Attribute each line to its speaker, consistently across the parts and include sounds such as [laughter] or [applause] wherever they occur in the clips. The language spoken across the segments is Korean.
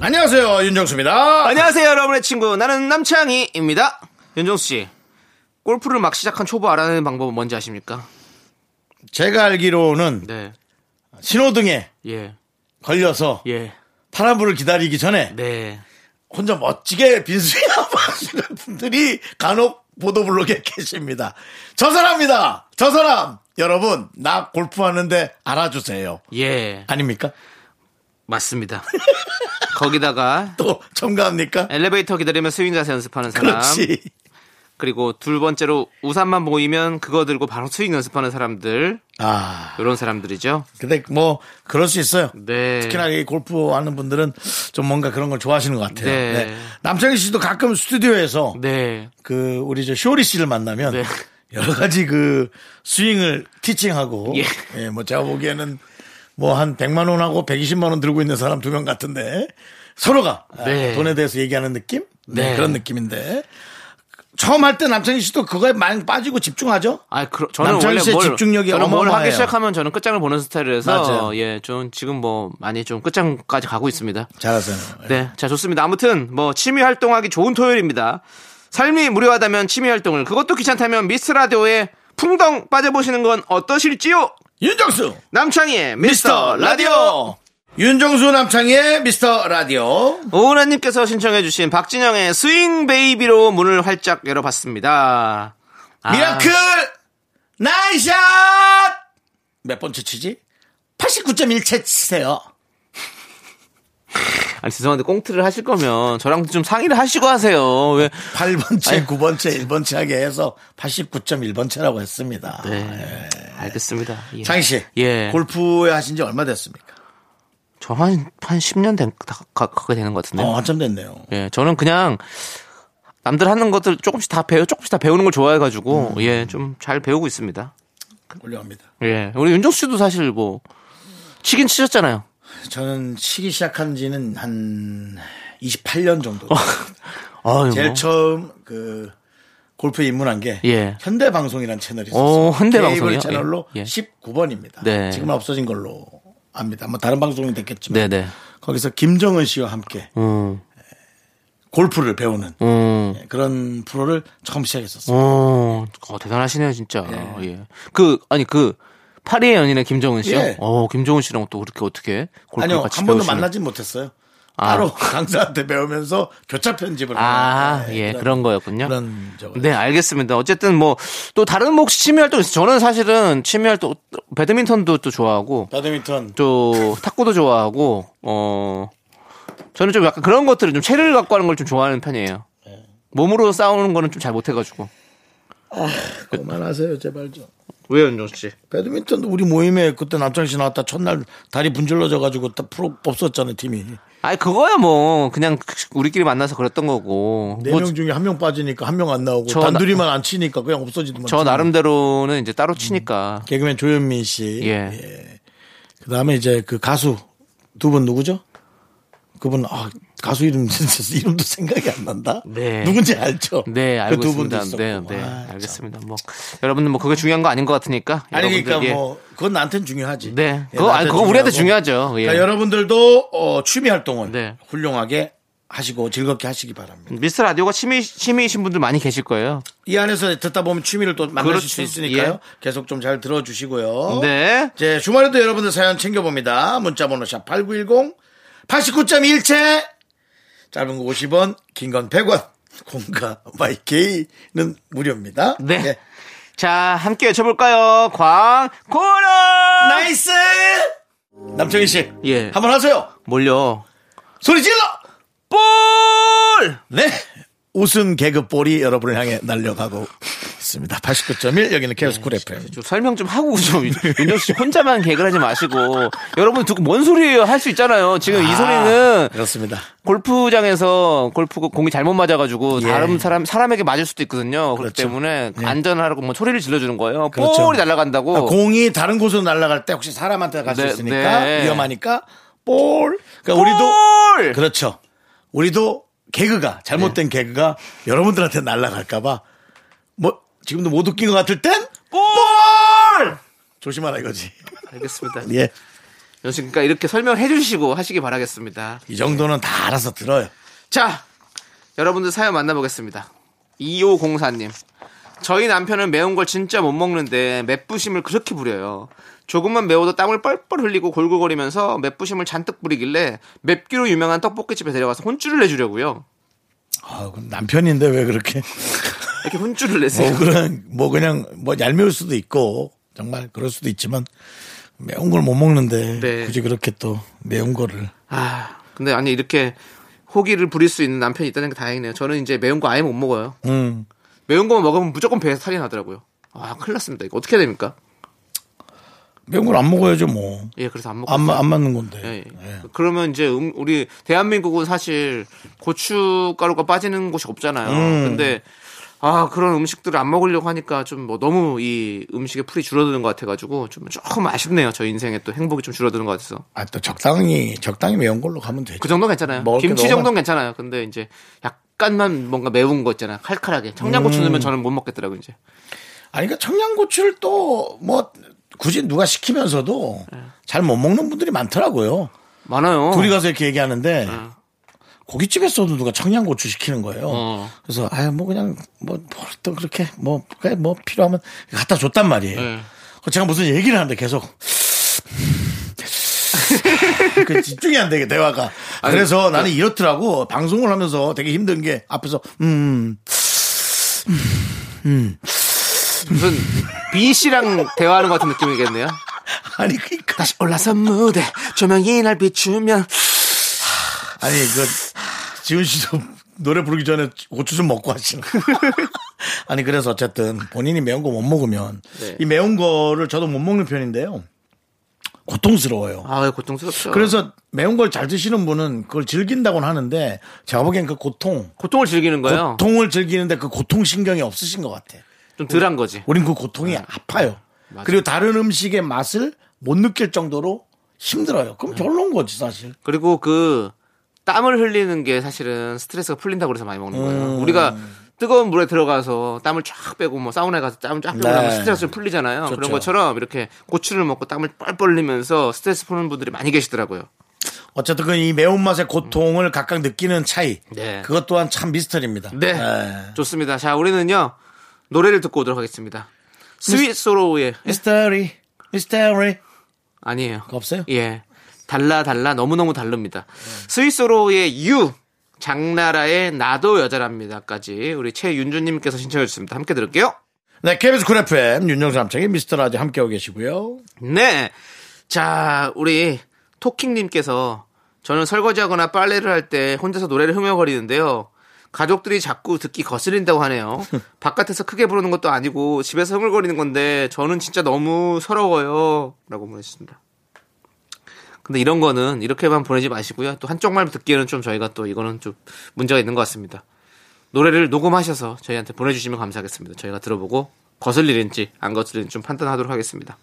Speaker 1: 안녕하세요 윤정수입니다.
Speaker 2: 안녕하세요, 여러분의 친구. 나는 남창희입니다. 윤정수 씨. 골프를 막 시작한 초보 알아내는 방법은 뭔지 아십니까?
Speaker 1: 제가 알기로는
Speaker 2: 네.
Speaker 1: 신호등에
Speaker 2: 예.
Speaker 1: 걸려서
Speaker 2: 예.
Speaker 1: 파란불을 기다리기 전에
Speaker 2: 네.
Speaker 1: 혼자 멋지게 빈수야 [laughs] 하시는 분들이 간혹 보도블록에 계십니다. 저 사람이다. 저 사람. 여러분 나 골프하는데 알아주세요.
Speaker 2: 예.
Speaker 1: 아닙니까?
Speaker 2: 맞습니다. [laughs] 거기다가
Speaker 1: 또 첨가합니까?
Speaker 2: 엘리베이터 기다리면 스윙 자세 연습하는 사람.
Speaker 1: 그렇지.
Speaker 2: 리고둘 번째로 우산만 보이면 그거 들고 바로 스윙 연습하는 사람들.
Speaker 1: 아
Speaker 2: 이런 사람들이죠.
Speaker 1: 근데 뭐 그럴 수 있어요.
Speaker 2: 네.
Speaker 1: 특히나 이 골프 하는 분들은 좀 뭔가 그런 걸 좋아하시는 것 같아요.
Speaker 2: 네.
Speaker 1: 남창희 씨도 가끔 스튜디오에서
Speaker 2: 네.
Speaker 1: 그 우리 저 쇼리 씨를 만나면
Speaker 2: 네.
Speaker 1: 여러 가지 그 스윙을 티칭하고
Speaker 2: 예.
Speaker 1: 예, 뭐 제가 보기에는 뭐 한 100만 원하고 120만 원 들고 있는 사람 두 명 같은데 서로가
Speaker 2: 네.
Speaker 1: 아, 돈에 대해서 얘기하는 느낌? 네,
Speaker 2: 네.
Speaker 1: 그런 느낌인데 처음 할 때 남창희 씨도 그거에 많이 빠지고 집중하죠?
Speaker 2: 아, 그러, 저는
Speaker 1: 남창희
Speaker 2: 원래
Speaker 1: 씨의
Speaker 2: 뭘,
Speaker 1: 집중력이
Speaker 2: 저는 뭘
Speaker 1: 어마어마해요.
Speaker 2: 하기 시작하면 저는 끝장을 보는 스타일이라서
Speaker 1: 맞아요.
Speaker 2: 예, 좀 지금 뭐 많이 좀 끝장까지 가고 있습니다.
Speaker 1: 잘하세요.
Speaker 2: 네, 자 좋습니다. 아무튼 뭐 취미 활동하기 좋은 토요일입니다. 삶이 무료하다면 취미 활동을 그것도 귀찮다면 미스 라디오에 풍덩 빠져보시는 건 어떠실지요?
Speaker 1: 윤정수
Speaker 2: 남창희의
Speaker 1: 미스터
Speaker 2: 미스터 라디오.
Speaker 1: 라디오 윤정수 남창희의 미스터 라디오
Speaker 2: 오은아님께서 신청해주신 박진영의 스윙 베이비로 문을 활짝 열어봤습니다. 아,
Speaker 1: 미라클 나이샷 몇 번째 치지? 89.1채 치세요.
Speaker 2: 아니, 죄송한데 꽁트를 하실 거면 저랑 좀 상의를 하시고 하세요. 왜?
Speaker 1: 8번째,
Speaker 2: 아니.
Speaker 1: 9번째, 1번째 하게 해서 89.1번째라고 했습니다.
Speaker 2: 네, 알겠습니다. 예.
Speaker 1: 장희 씨,
Speaker 2: 예.
Speaker 1: 골프에 하신 지 얼마 됐습니까?
Speaker 2: 저한한 10년 된 가까이 되는 것 같은데.
Speaker 1: 어,
Speaker 2: 요
Speaker 1: 한참 됐네요.
Speaker 2: 예, 저는 그냥 남들 하는 것들 조금씩 다 배워, 조금씩 다 배우는 걸 좋아해가지고
Speaker 1: 음.
Speaker 2: 예, 좀 잘 배우고 있습니다.
Speaker 1: 훌륭합니다.
Speaker 2: 예, 우리 윤정수 씨도 사실 뭐 치긴 치셨잖아요.
Speaker 1: 저는 치기 시작한 지는 한 28년 정도.
Speaker 2: 어. 아유,
Speaker 1: 제일
Speaker 2: 뭐.
Speaker 1: 처음 그 골프에 입문한 게
Speaker 2: 예.
Speaker 1: 현대방송이라는 채널이 있었어요.
Speaker 2: 오, 현대방송이요?
Speaker 1: 케이블 채널로
Speaker 2: 예, 예.
Speaker 1: 19번입니다.
Speaker 2: 네.
Speaker 1: 지금 은 없어진 걸로 압니다. 뭐 다른 방송이 됐겠지만
Speaker 2: 네네.
Speaker 1: 거기서 김정은 씨와 함께
Speaker 2: 음,
Speaker 1: 골프를 배우는
Speaker 2: 음,
Speaker 1: 예, 그런 프로를 처음 시작했었어요.
Speaker 2: 어, 어, 대단하시네요 진짜. 예. 그 아니 그 파리의 연인의 김정은 씨요.
Speaker 1: 예.
Speaker 2: 어, 김정은 씨랑 또 그렇게 어떻게 골프
Speaker 1: 아니요,
Speaker 2: 같이
Speaker 1: 한 번도
Speaker 2: 배우시는-
Speaker 1: 만나진 못했어요.
Speaker 2: 아.
Speaker 1: 따로 [laughs] 강사한테 배우면서 교차 편집을
Speaker 2: 아,
Speaker 1: 하는,
Speaker 2: 예, 그런 거였군요.
Speaker 1: 네, 그런 적은
Speaker 2: 네, 알겠습니다. 어쨌든 뭐 또 다른 뭐 혹시 취미 활동 있어요? 저는 사실은 취미 활동 배드민턴도 또 좋아하고
Speaker 1: 배드민턴
Speaker 2: 또 탁구도 좋아하고 어 저는 좀 약간 그런 것들을 좀 체를 갖고 하는 걸 좀 좋아하는 편이에요.
Speaker 1: 네.
Speaker 2: 몸으로 싸우는 거는 좀 잘 못해가지고
Speaker 1: 그만하세요 제발 좀.
Speaker 2: 왜요, 윤정 씨?
Speaker 1: 배드민턴도 우리 모임에 그때 남창 씨 나왔다 첫날 다리 분질러져가지고 다 프로 없었잖아요 팀이
Speaker 2: 아니 그거야 뭐 그냥 우리끼리 만나서 그랬던 거고
Speaker 1: 네
Speaker 2: 뭐
Speaker 1: 명 중에 한 명 빠지니까 한 명 안 나오고
Speaker 2: 저
Speaker 1: 단둘이만 안 치니까 그냥 없어지더만
Speaker 2: 저 나름대로는 이제 따로 치니까
Speaker 1: 개그맨 조현민 씨
Speaker 2: 예.
Speaker 1: 그 다음에 이제 그 가수 두 분 누구죠? 그분 아 가수 이름 [laughs] 진짜 이름도 생각이 안 난다.
Speaker 2: 네.
Speaker 1: 누군지 알죠?
Speaker 2: 네 알고
Speaker 1: 음. 그두 분도
Speaker 2: 있습니다.
Speaker 1: 있었고.
Speaker 2: 네, 네
Speaker 1: 아, 참.
Speaker 2: 알겠습니다. 뭐 여러분들 뭐 그게 중요한 거 아닌 것 같으니까
Speaker 1: 아니 그러니까
Speaker 2: 여러분들, 예.
Speaker 1: 뭐 그건 나한테는 중요하지.
Speaker 2: 네.
Speaker 1: 예,
Speaker 2: 그거, 아니,
Speaker 1: 나한테는
Speaker 2: 그거 우리한테
Speaker 1: 중요하고.
Speaker 2: 중요하죠. 예.
Speaker 1: 그러니까 여러분들도 어, 취미 활동을
Speaker 2: 네.
Speaker 1: 훌륭하게 하시고 즐겁게 하시기 바랍니다.
Speaker 2: 미스 라디오가 취미, 취미이신 분들 많이 계실 거예요.
Speaker 1: 이 안에서 듣다 보면 취미를 또 만나실
Speaker 2: 그렇죠.
Speaker 1: 수 있으니까요.
Speaker 2: 예.
Speaker 1: 계속 좀 잘 들어주시고요.
Speaker 2: 네.
Speaker 1: 이제 주말에도 여러분들 사연 챙겨봅니다. 문자번호 샵 8910, 89.1채, 짧은 거 50원, 긴 건 100원, 공과 마이케이는 무료입니다.
Speaker 2: 네.
Speaker 1: 예.
Speaker 2: 자, 함께 외쳐볼까요? 광고로!
Speaker 1: 나이스! 남청희 씨.
Speaker 2: 예.
Speaker 1: 한번 하세요.
Speaker 2: 몰려.
Speaker 1: 소리 질러!
Speaker 2: 볼!
Speaker 1: 네. 웃음 개그볼이 여러분을 향해 날려가고 있습니다. 그렇습니다. 네, 89.1 여기는 케어스 쿨 FM.
Speaker 2: 좀 설명 좀 하고 좀 윤정수 씨 혼자만 개그를 하지 마시고 여러분 듣고 뭔 소리예요 할 수 있잖아요. 지금 이 소리는
Speaker 1: 아, 그렇습니다.
Speaker 2: 골프장에서 골프 공이 잘못 맞아가지고
Speaker 1: 예.
Speaker 2: 다른 사람 사람에게 맞을 수도 있거든요. 그렇기
Speaker 1: 그렇죠.
Speaker 2: 때문에
Speaker 1: 예.
Speaker 2: 안전하라고 뭐 소리를 질러주는 거예요.
Speaker 1: 그렇죠.
Speaker 2: 볼이 날아간다고.
Speaker 1: 공이 다른 곳으로 날아갈 때 혹시 사람한테 갈 수
Speaker 2: 네,
Speaker 1: 있으니까
Speaker 2: 네.
Speaker 1: 위험하니까 볼. 그러니까
Speaker 2: 볼!
Speaker 1: 우리도 그렇죠. 우리도 개그가 잘못된 개그가 여러분들한테 날아갈까봐 뭐 지금도 못 웃긴 것 같을 땐 볼. 조심하라 이거지.
Speaker 2: 알겠습니다.
Speaker 1: 예.
Speaker 2: 연수 그러니까 이렇게 설명해 주시고 하시기 바라겠습니다.
Speaker 1: 이 정도는 다 알아서 들어요.
Speaker 2: 자, 여러분들 사연 만나보겠습니다. 2504님. 저희 남편은 매운 걸 진짜 못 먹는데 맵부심을 그렇게 부려요. 조금만 매워도 땀을 뻘뻘 흘리고 골골거리면서 맵부심을 잔뜩 부리길래 맵기로 유명한 떡볶이집에 데려가서 혼쭐을 내주려고요.
Speaker 1: 아, 그럼 남편인데 왜 그렇게?
Speaker 2: 이렇게 혼쭐을 내세요.
Speaker 1: 뭐 그냥 뭐 그냥 뭐 얄미울 수도 있고 정말 그럴 수도 있지만 매운 걸 못 먹는데
Speaker 2: 네.
Speaker 1: 굳이 그렇게 또 매운 거를
Speaker 2: 아, 근데 아니 이렇게 호기를 부릴 수 있는 남편이 있다는 게 다행이네요. 저는 이제 매운 거 아예 못 먹어요.
Speaker 1: 음.
Speaker 2: 매운 거만 먹으면 무조건 배에서 탈이 나더라고요. 아, 큰일 났습니다. 이거 어떻게 해야 됩니까?
Speaker 1: 매운 걸 안 먹어야죠 뭐.
Speaker 2: 예, 그래서 안 먹고
Speaker 1: 안, 마-
Speaker 2: 있어요.
Speaker 1: 안 맞는 건데.
Speaker 2: 예, 예.
Speaker 1: 예.
Speaker 2: 그러면 이제 음, 우리 대한민국은 사실 고춧가루가 빠지는 곳이 없잖아요. 근데 아 그런 음식들을 안 먹으려고 하니까 좀 뭐 너무 이 음식의 풀이 줄어드는 것 같아가지고 좀 조금 아쉽네요. 저 인생에 또 행복이 좀 줄어드는 것 같아서
Speaker 1: 아, 또 적당히, 적당히 매운 걸로 가면 되죠.
Speaker 2: 그 정도 는 괜찮아요.
Speaker 1: 먹을 게
Speaker 2: 김치
Speaker 1: 너무
Speaker 2: 정도는 괜찮아요. 근데 이제 약간만 뭔가 매운 거 있잖아. 요 칼칼하게 청양고추 넣으면 저는 못 먹겠더라고 요 이제.
Speaker 1: 아니, 그러니까 청양고추를 또, 뭐, 굳이 누가 시키면서도
Speaker 2: 네.
Speaker 1: 잘 못 먹는 분들이 많더라고요.
Speaker 2: 많아요.
Speaker 1: 둘이 가서 이렇게 얘기하는데, 고깃집에서도 누가 청양고추 시키는 거예요.
Speaker 2: 어.
Speaker 1: 그래서, 아유, 뭐, 그냥, 뭐, 뭐, 또 그렇게, 뭐, 그래, 뭐, 필요하면 갖다 줬단 말이에요.
Speaker 2: 네.
Speaker 1: 그 제가 무슨 얘기를 하는데 계속. 그 집중이 안 되게 대화가. 그래서
Speaker 2: 네.
Speaker 1: 나는 이렇더라고 방송을 하면서 되게 힘든 게 앞에서 음
Speaker 2: 무슨 B 씨랑 대화하는 것 같은 느낌이겠네요.
Speaker 1: 아니 그러니까 그니까
Speaker 2: 다시 올라선 무대 조명이 날 비추면
Speaker 1: 아니 그 지훈 씨도 노래 부르기 전에 고추 좀 먹고 하시나. [laughs] 아니 그래서 어쨌든 본인이 매운 거 못 먹으면
Speaker 2: 네.
Speaker 1: 이 매운 거를 저도 못 먹는 편인데요. 고통스러워요.
Speaker 2: 아 고통스럽죠.
Speaker 1: 그래서 매운 걸 잘 드시는 분은 그걸 즐긴다고는 하는데 제가 보기엔 그 고통
Speaker 2: 고통을 즐기는 거예요.
Speaker 1: 고통을 즐기는데 그 고통 신경이 없으신 것 같아.
Speaker 2: 좀 덜한 거지.
Speaker 1: 우린 그 고통이 아파요. 그리고 다른 음식의 맛을 못 느낄 정도로 힘들어요. 그럼 별론 거지 사실.
Speaker 2: 그리고 그 땀을 흘리는 게 사실은 스트레스가 풀린다고 그래서 많이 먹는
Speaker 1: 음.
Speaker 2: 거예요. 우리가 뜨거운 물에 들어가서 땀을 쫙 빼고 뭐 사우나에 가서 땀을 쫙 빼고
Speaker 1: 네.
Speaker 2: 나면 스트레스 좀 풀리잖아요. 그런
Speaker 1: 좋죠.
Speaker 2: 것처럼 이렇게 고추를 먹고 땀을 뻘뻘 흘리면서 스트레스 푸는 분들이 많이 계시더라고요.
Speaker 1: 어쨌든 그 이 매운맛의 고통을 각각 느끼는 차이.
Speaker 2: 네.
Speaker 1: 그것 또한 참 미스터리입니다.
Speaker 2: 네.
Speaker 1: 예.
Speaker 2: 좋습니다. 자, 우리는요. 노래를 듣고 오도록 하겠습니다.
Speaker 1: 네.
Speaker 2: 스윗 소로우의
Speaker 1: 미스터리, 미스터리.
Speaker 2: 아니에요.
Speaker 1: 그거 없어요?
Speaker 2: 예. 달라 달라 너무너무 다릅니다. 스위스로의 유 장나라의 나도 여자랍니다까지 우리 최윤주 님께서 신청해 주셨습니다. 함께 들을게요.
Speaker 1: 네, KBS 쿨 FM 윤정수 남창의 미스터라디 함께하고 계시고요.
Speaker 2: 네. 자, 우리 토킹 님께서 저는 설거지하거나 빨래를 할 때 혼자서 노래를 흥얼거리는데요. 가족들이 자꾸 듣기 거슬린다고 하네요. 바깥에서 크게 부르는 것도 아니고 집에서 흥얼거리는 건데 저는 진짜 너무 서러워요. 라고 보내주셨습니다. 근데 이런 거는 이렇게만 보내지 마시고요. 또 한쪽만 듣기에는 좀 저희가 또 이거는 좀 문제가 있는 것 같습니다. 노래를 녹음하셔서 저희한테 보내주시면 감사하겠습니다. 저희가 들어보고 거슬리는지 안 거슬리는지 좀 판단하도록 하겠습니다.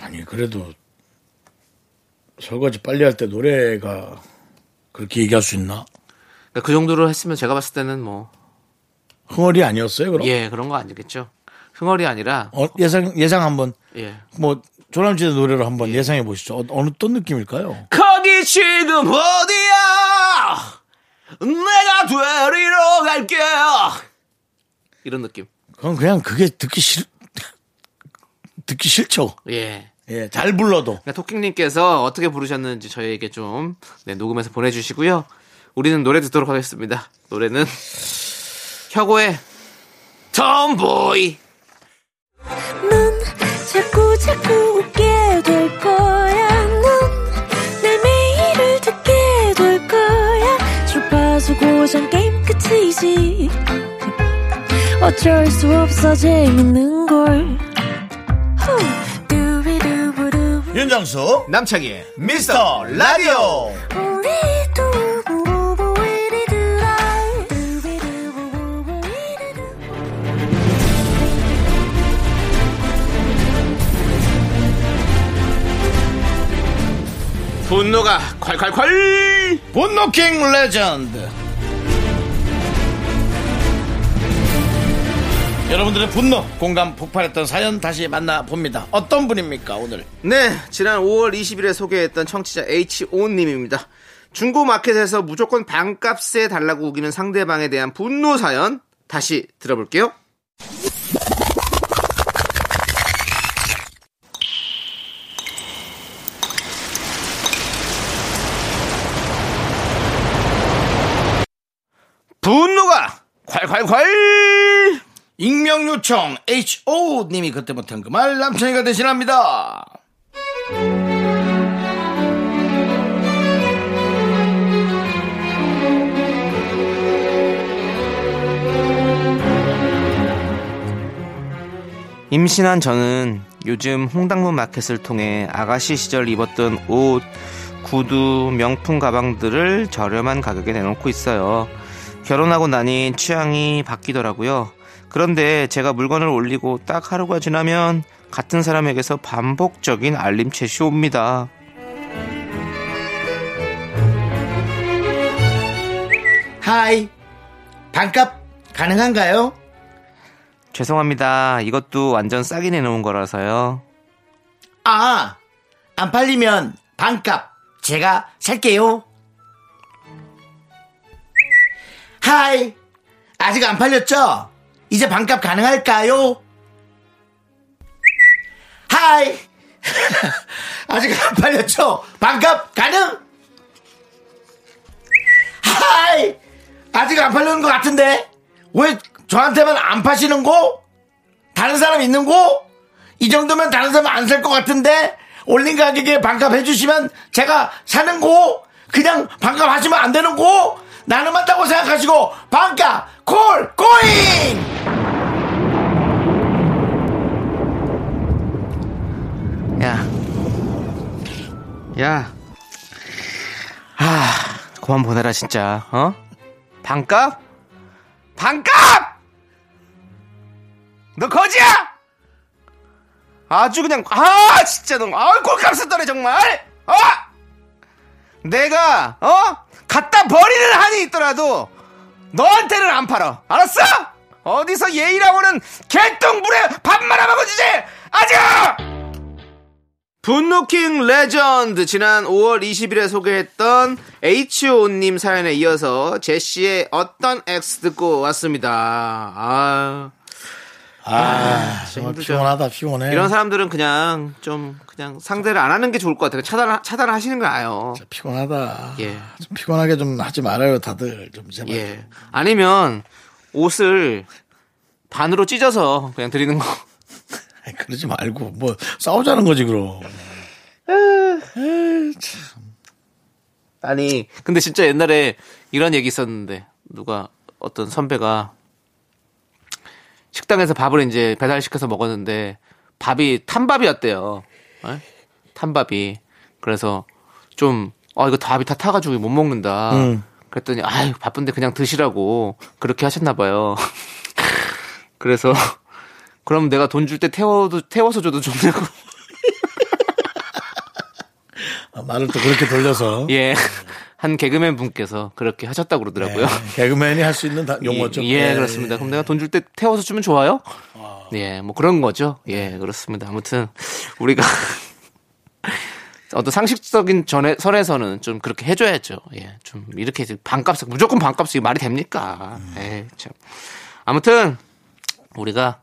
Speaker 1: 아니 그래도 설거지 빨리 할 때 노래가 그렇게 얘기할 수 있나?
Speaker 2: 그러니까 그 정도로 했으면 제가 봤을 때는 뭐,
Speaker 1: 흥얼이 아니었어요, 그럼?
Speaker 2: 예, 그런 거 아니겠죠. 흥얼이 아니라,
Speaker 1: 어, 예상 예상 한번
Speaker 2: 예.
Speaker 1: 뭐 조남지대 노래로 한번 예. 상해 보시죠. 어, 어느 어떤 느낌일까요?
Speaker 2: 거기 지금 어디야! 내가 되리러 갈게! 이런 느낌.
Speaker 1: 그건 그냥 그게 듣기 싫 듣기 싫죠.
Speaker 2: 예.
Speaker 1: 예, 잘 불러도
Speaker 2: 그러니까 토킹님께서 어떻게 부르셨는지 저희에게 좀, 네, 녹음해서 보내주시고요. 우리는 노래 듣도록 하겠습니다. 노래는, 혁오의 톰보이.
Speaker 3: 넌 자꾸 자꾸 웃게 될 거야. 넌내 매일을 듣게 될 거야. 주파수 고정 게임 끝이지. 어쩔 수 없어 재밌는 걸 후. 두비두부두.
Speaker 1: 윤정수
Speaker 2: 남창희의
Speaker 1: 미스터 라디오
Speaker 3: 우리 두부부부 우리들아. 두비두부부부 우리들아.
Speaker 2: 분노가 콸콸콸
Speaker 1: 분노킹 레전드 여러분들의 분노 공감 폭발했던 사연 다시 만나봅니다 어떤 분입니까 오늘
Speaker 2: 네, 지난 5월 20일에 소개했던 청취자 H5님입니다. 중고마켓에서 무조건 반값에 달라고 우기는 상대방에 대한 분노 사연 다시 들어볼게요. 분노가 콸콸콸!
Speaker 1: 익명 요청 HO 님이 그때 못한 그 말 남창이가 대신합니다.
Speaker 2: 임신한 저는 요즘 홍당무 마켓을 통해 아가씨 시절 입었던 옷, 구두, 명품 가방들을 저렴한 가격에 내놓고 있어요. 결혼하고 나니 취향이 바뀌더라고요. 그런데 제가 물건을 올리고 딱 하루가 지나면 같은 사람에게서 반복적인 알림챗이 옵니다.
Speaker 1: 하이 반값 가능한가요?
Speaker 2: 죄송합니다. 이것도 완전 싸게 내놓은 거라서요.
Speaker 1: 아, 안 팔리면 반값 제가 살게요. 하이, 아직 안 팔렸죠? 이제 반값 가능할까요? 하이, [laughs] 아직 안 팔렸죠? 반값 가능? 하이, 아직 안 팔리는 것 같은데 왜 저한테만 안 파시는 거? 다른 사람 있는 거? 이 정도면 다른 사람 안 살 것 같은데 올린 가격에 반값 해주시면 제가 사는 거 그냥 반값 하시면 안 되는 거 나는 맞다고 생각하시고 반값 콜 고잉
Speaker 2: 야. 야. 아, 그만 보내라, 진짜. 어? 반값? 반값! 너 거지야! 아주 그냥, 아, 진짜 너, 아, 꼴값에 떨어, 정말! 어! 내가, 어? 갖다 버리는 한이 있더라도, 너한테는 안 팔아. 알았어? 어디서 예의라고는 개똥불에 밥만 하면 거지지! 아직! 분노킹 레전드 지난 5월 20일에 소개했던 H.O.님 사연에 이어서 제시의 어떤 X 듣고 왔습니다. 아,
Speaker 1: 아 정말
Speaker 2: 힘들죠.
Speaker 1: 피곤하다 피곤해
Speaker 2: 이런 사람들은 그냥 좀 그냥 상대를 안 하는 게 좋을 것 같아요. 차단 차단하시는 거 아요.
Speaker 1: 진짜 피곤하다
Speaker 2: 예.
Speaker 1: 좀 피곤하게 좀 하지 말아요 다들 좀 제발
Speaker 2: 예. 아니면 옷을 반으로 찢어서 그냥 드리는 거.
Speaker 1: 아이, 그러지 말고 뭐 싸우자는 거지 그럼
Speaker 2: 아니 근데 진짜 옛날에 이런 얘기 있었는데 누가 어떤 선배가 식당에서 밥을 이제 배달시켜서 먹었는데 밥이 탄밥이었대요. 예? 탄밥이 그래서 좀 아 이거 밥이 다 타가지고 못 먹는다. 그랬더니 아유 바쁜데 그냥 드시라고 그렇게 하셨나 봐요. [laughs] 그래서 그럼 내가 돈 줄 때 태워도 태워서 줘도 좋냐고.
Speaker 1: 아, 말을 또 그렇게 돌려서
Speaker 2: [laughs] 예. 한 개그맨 분께서 그렇게 하셨다고 그러더라고요.
Speaker 1: 예, 개그맨이 할 수 있는 다- 용어죠
Speaker 2: 예, 예, 그렇습니다. 그럼 내가 돈 줄 때 태워서 주면 좋아요? 예, 뭐 그런 거죠. 예, 그렇습니다. 아무튼 우리가 [laughs] 어떤 상식적인 전에, 선에서는 좀 그렇게 해줘야죠. 예, 좀 이렇게 이제 반값에 무조건 반값이 말이 됩니까? 예, 참. 아무튼 우리가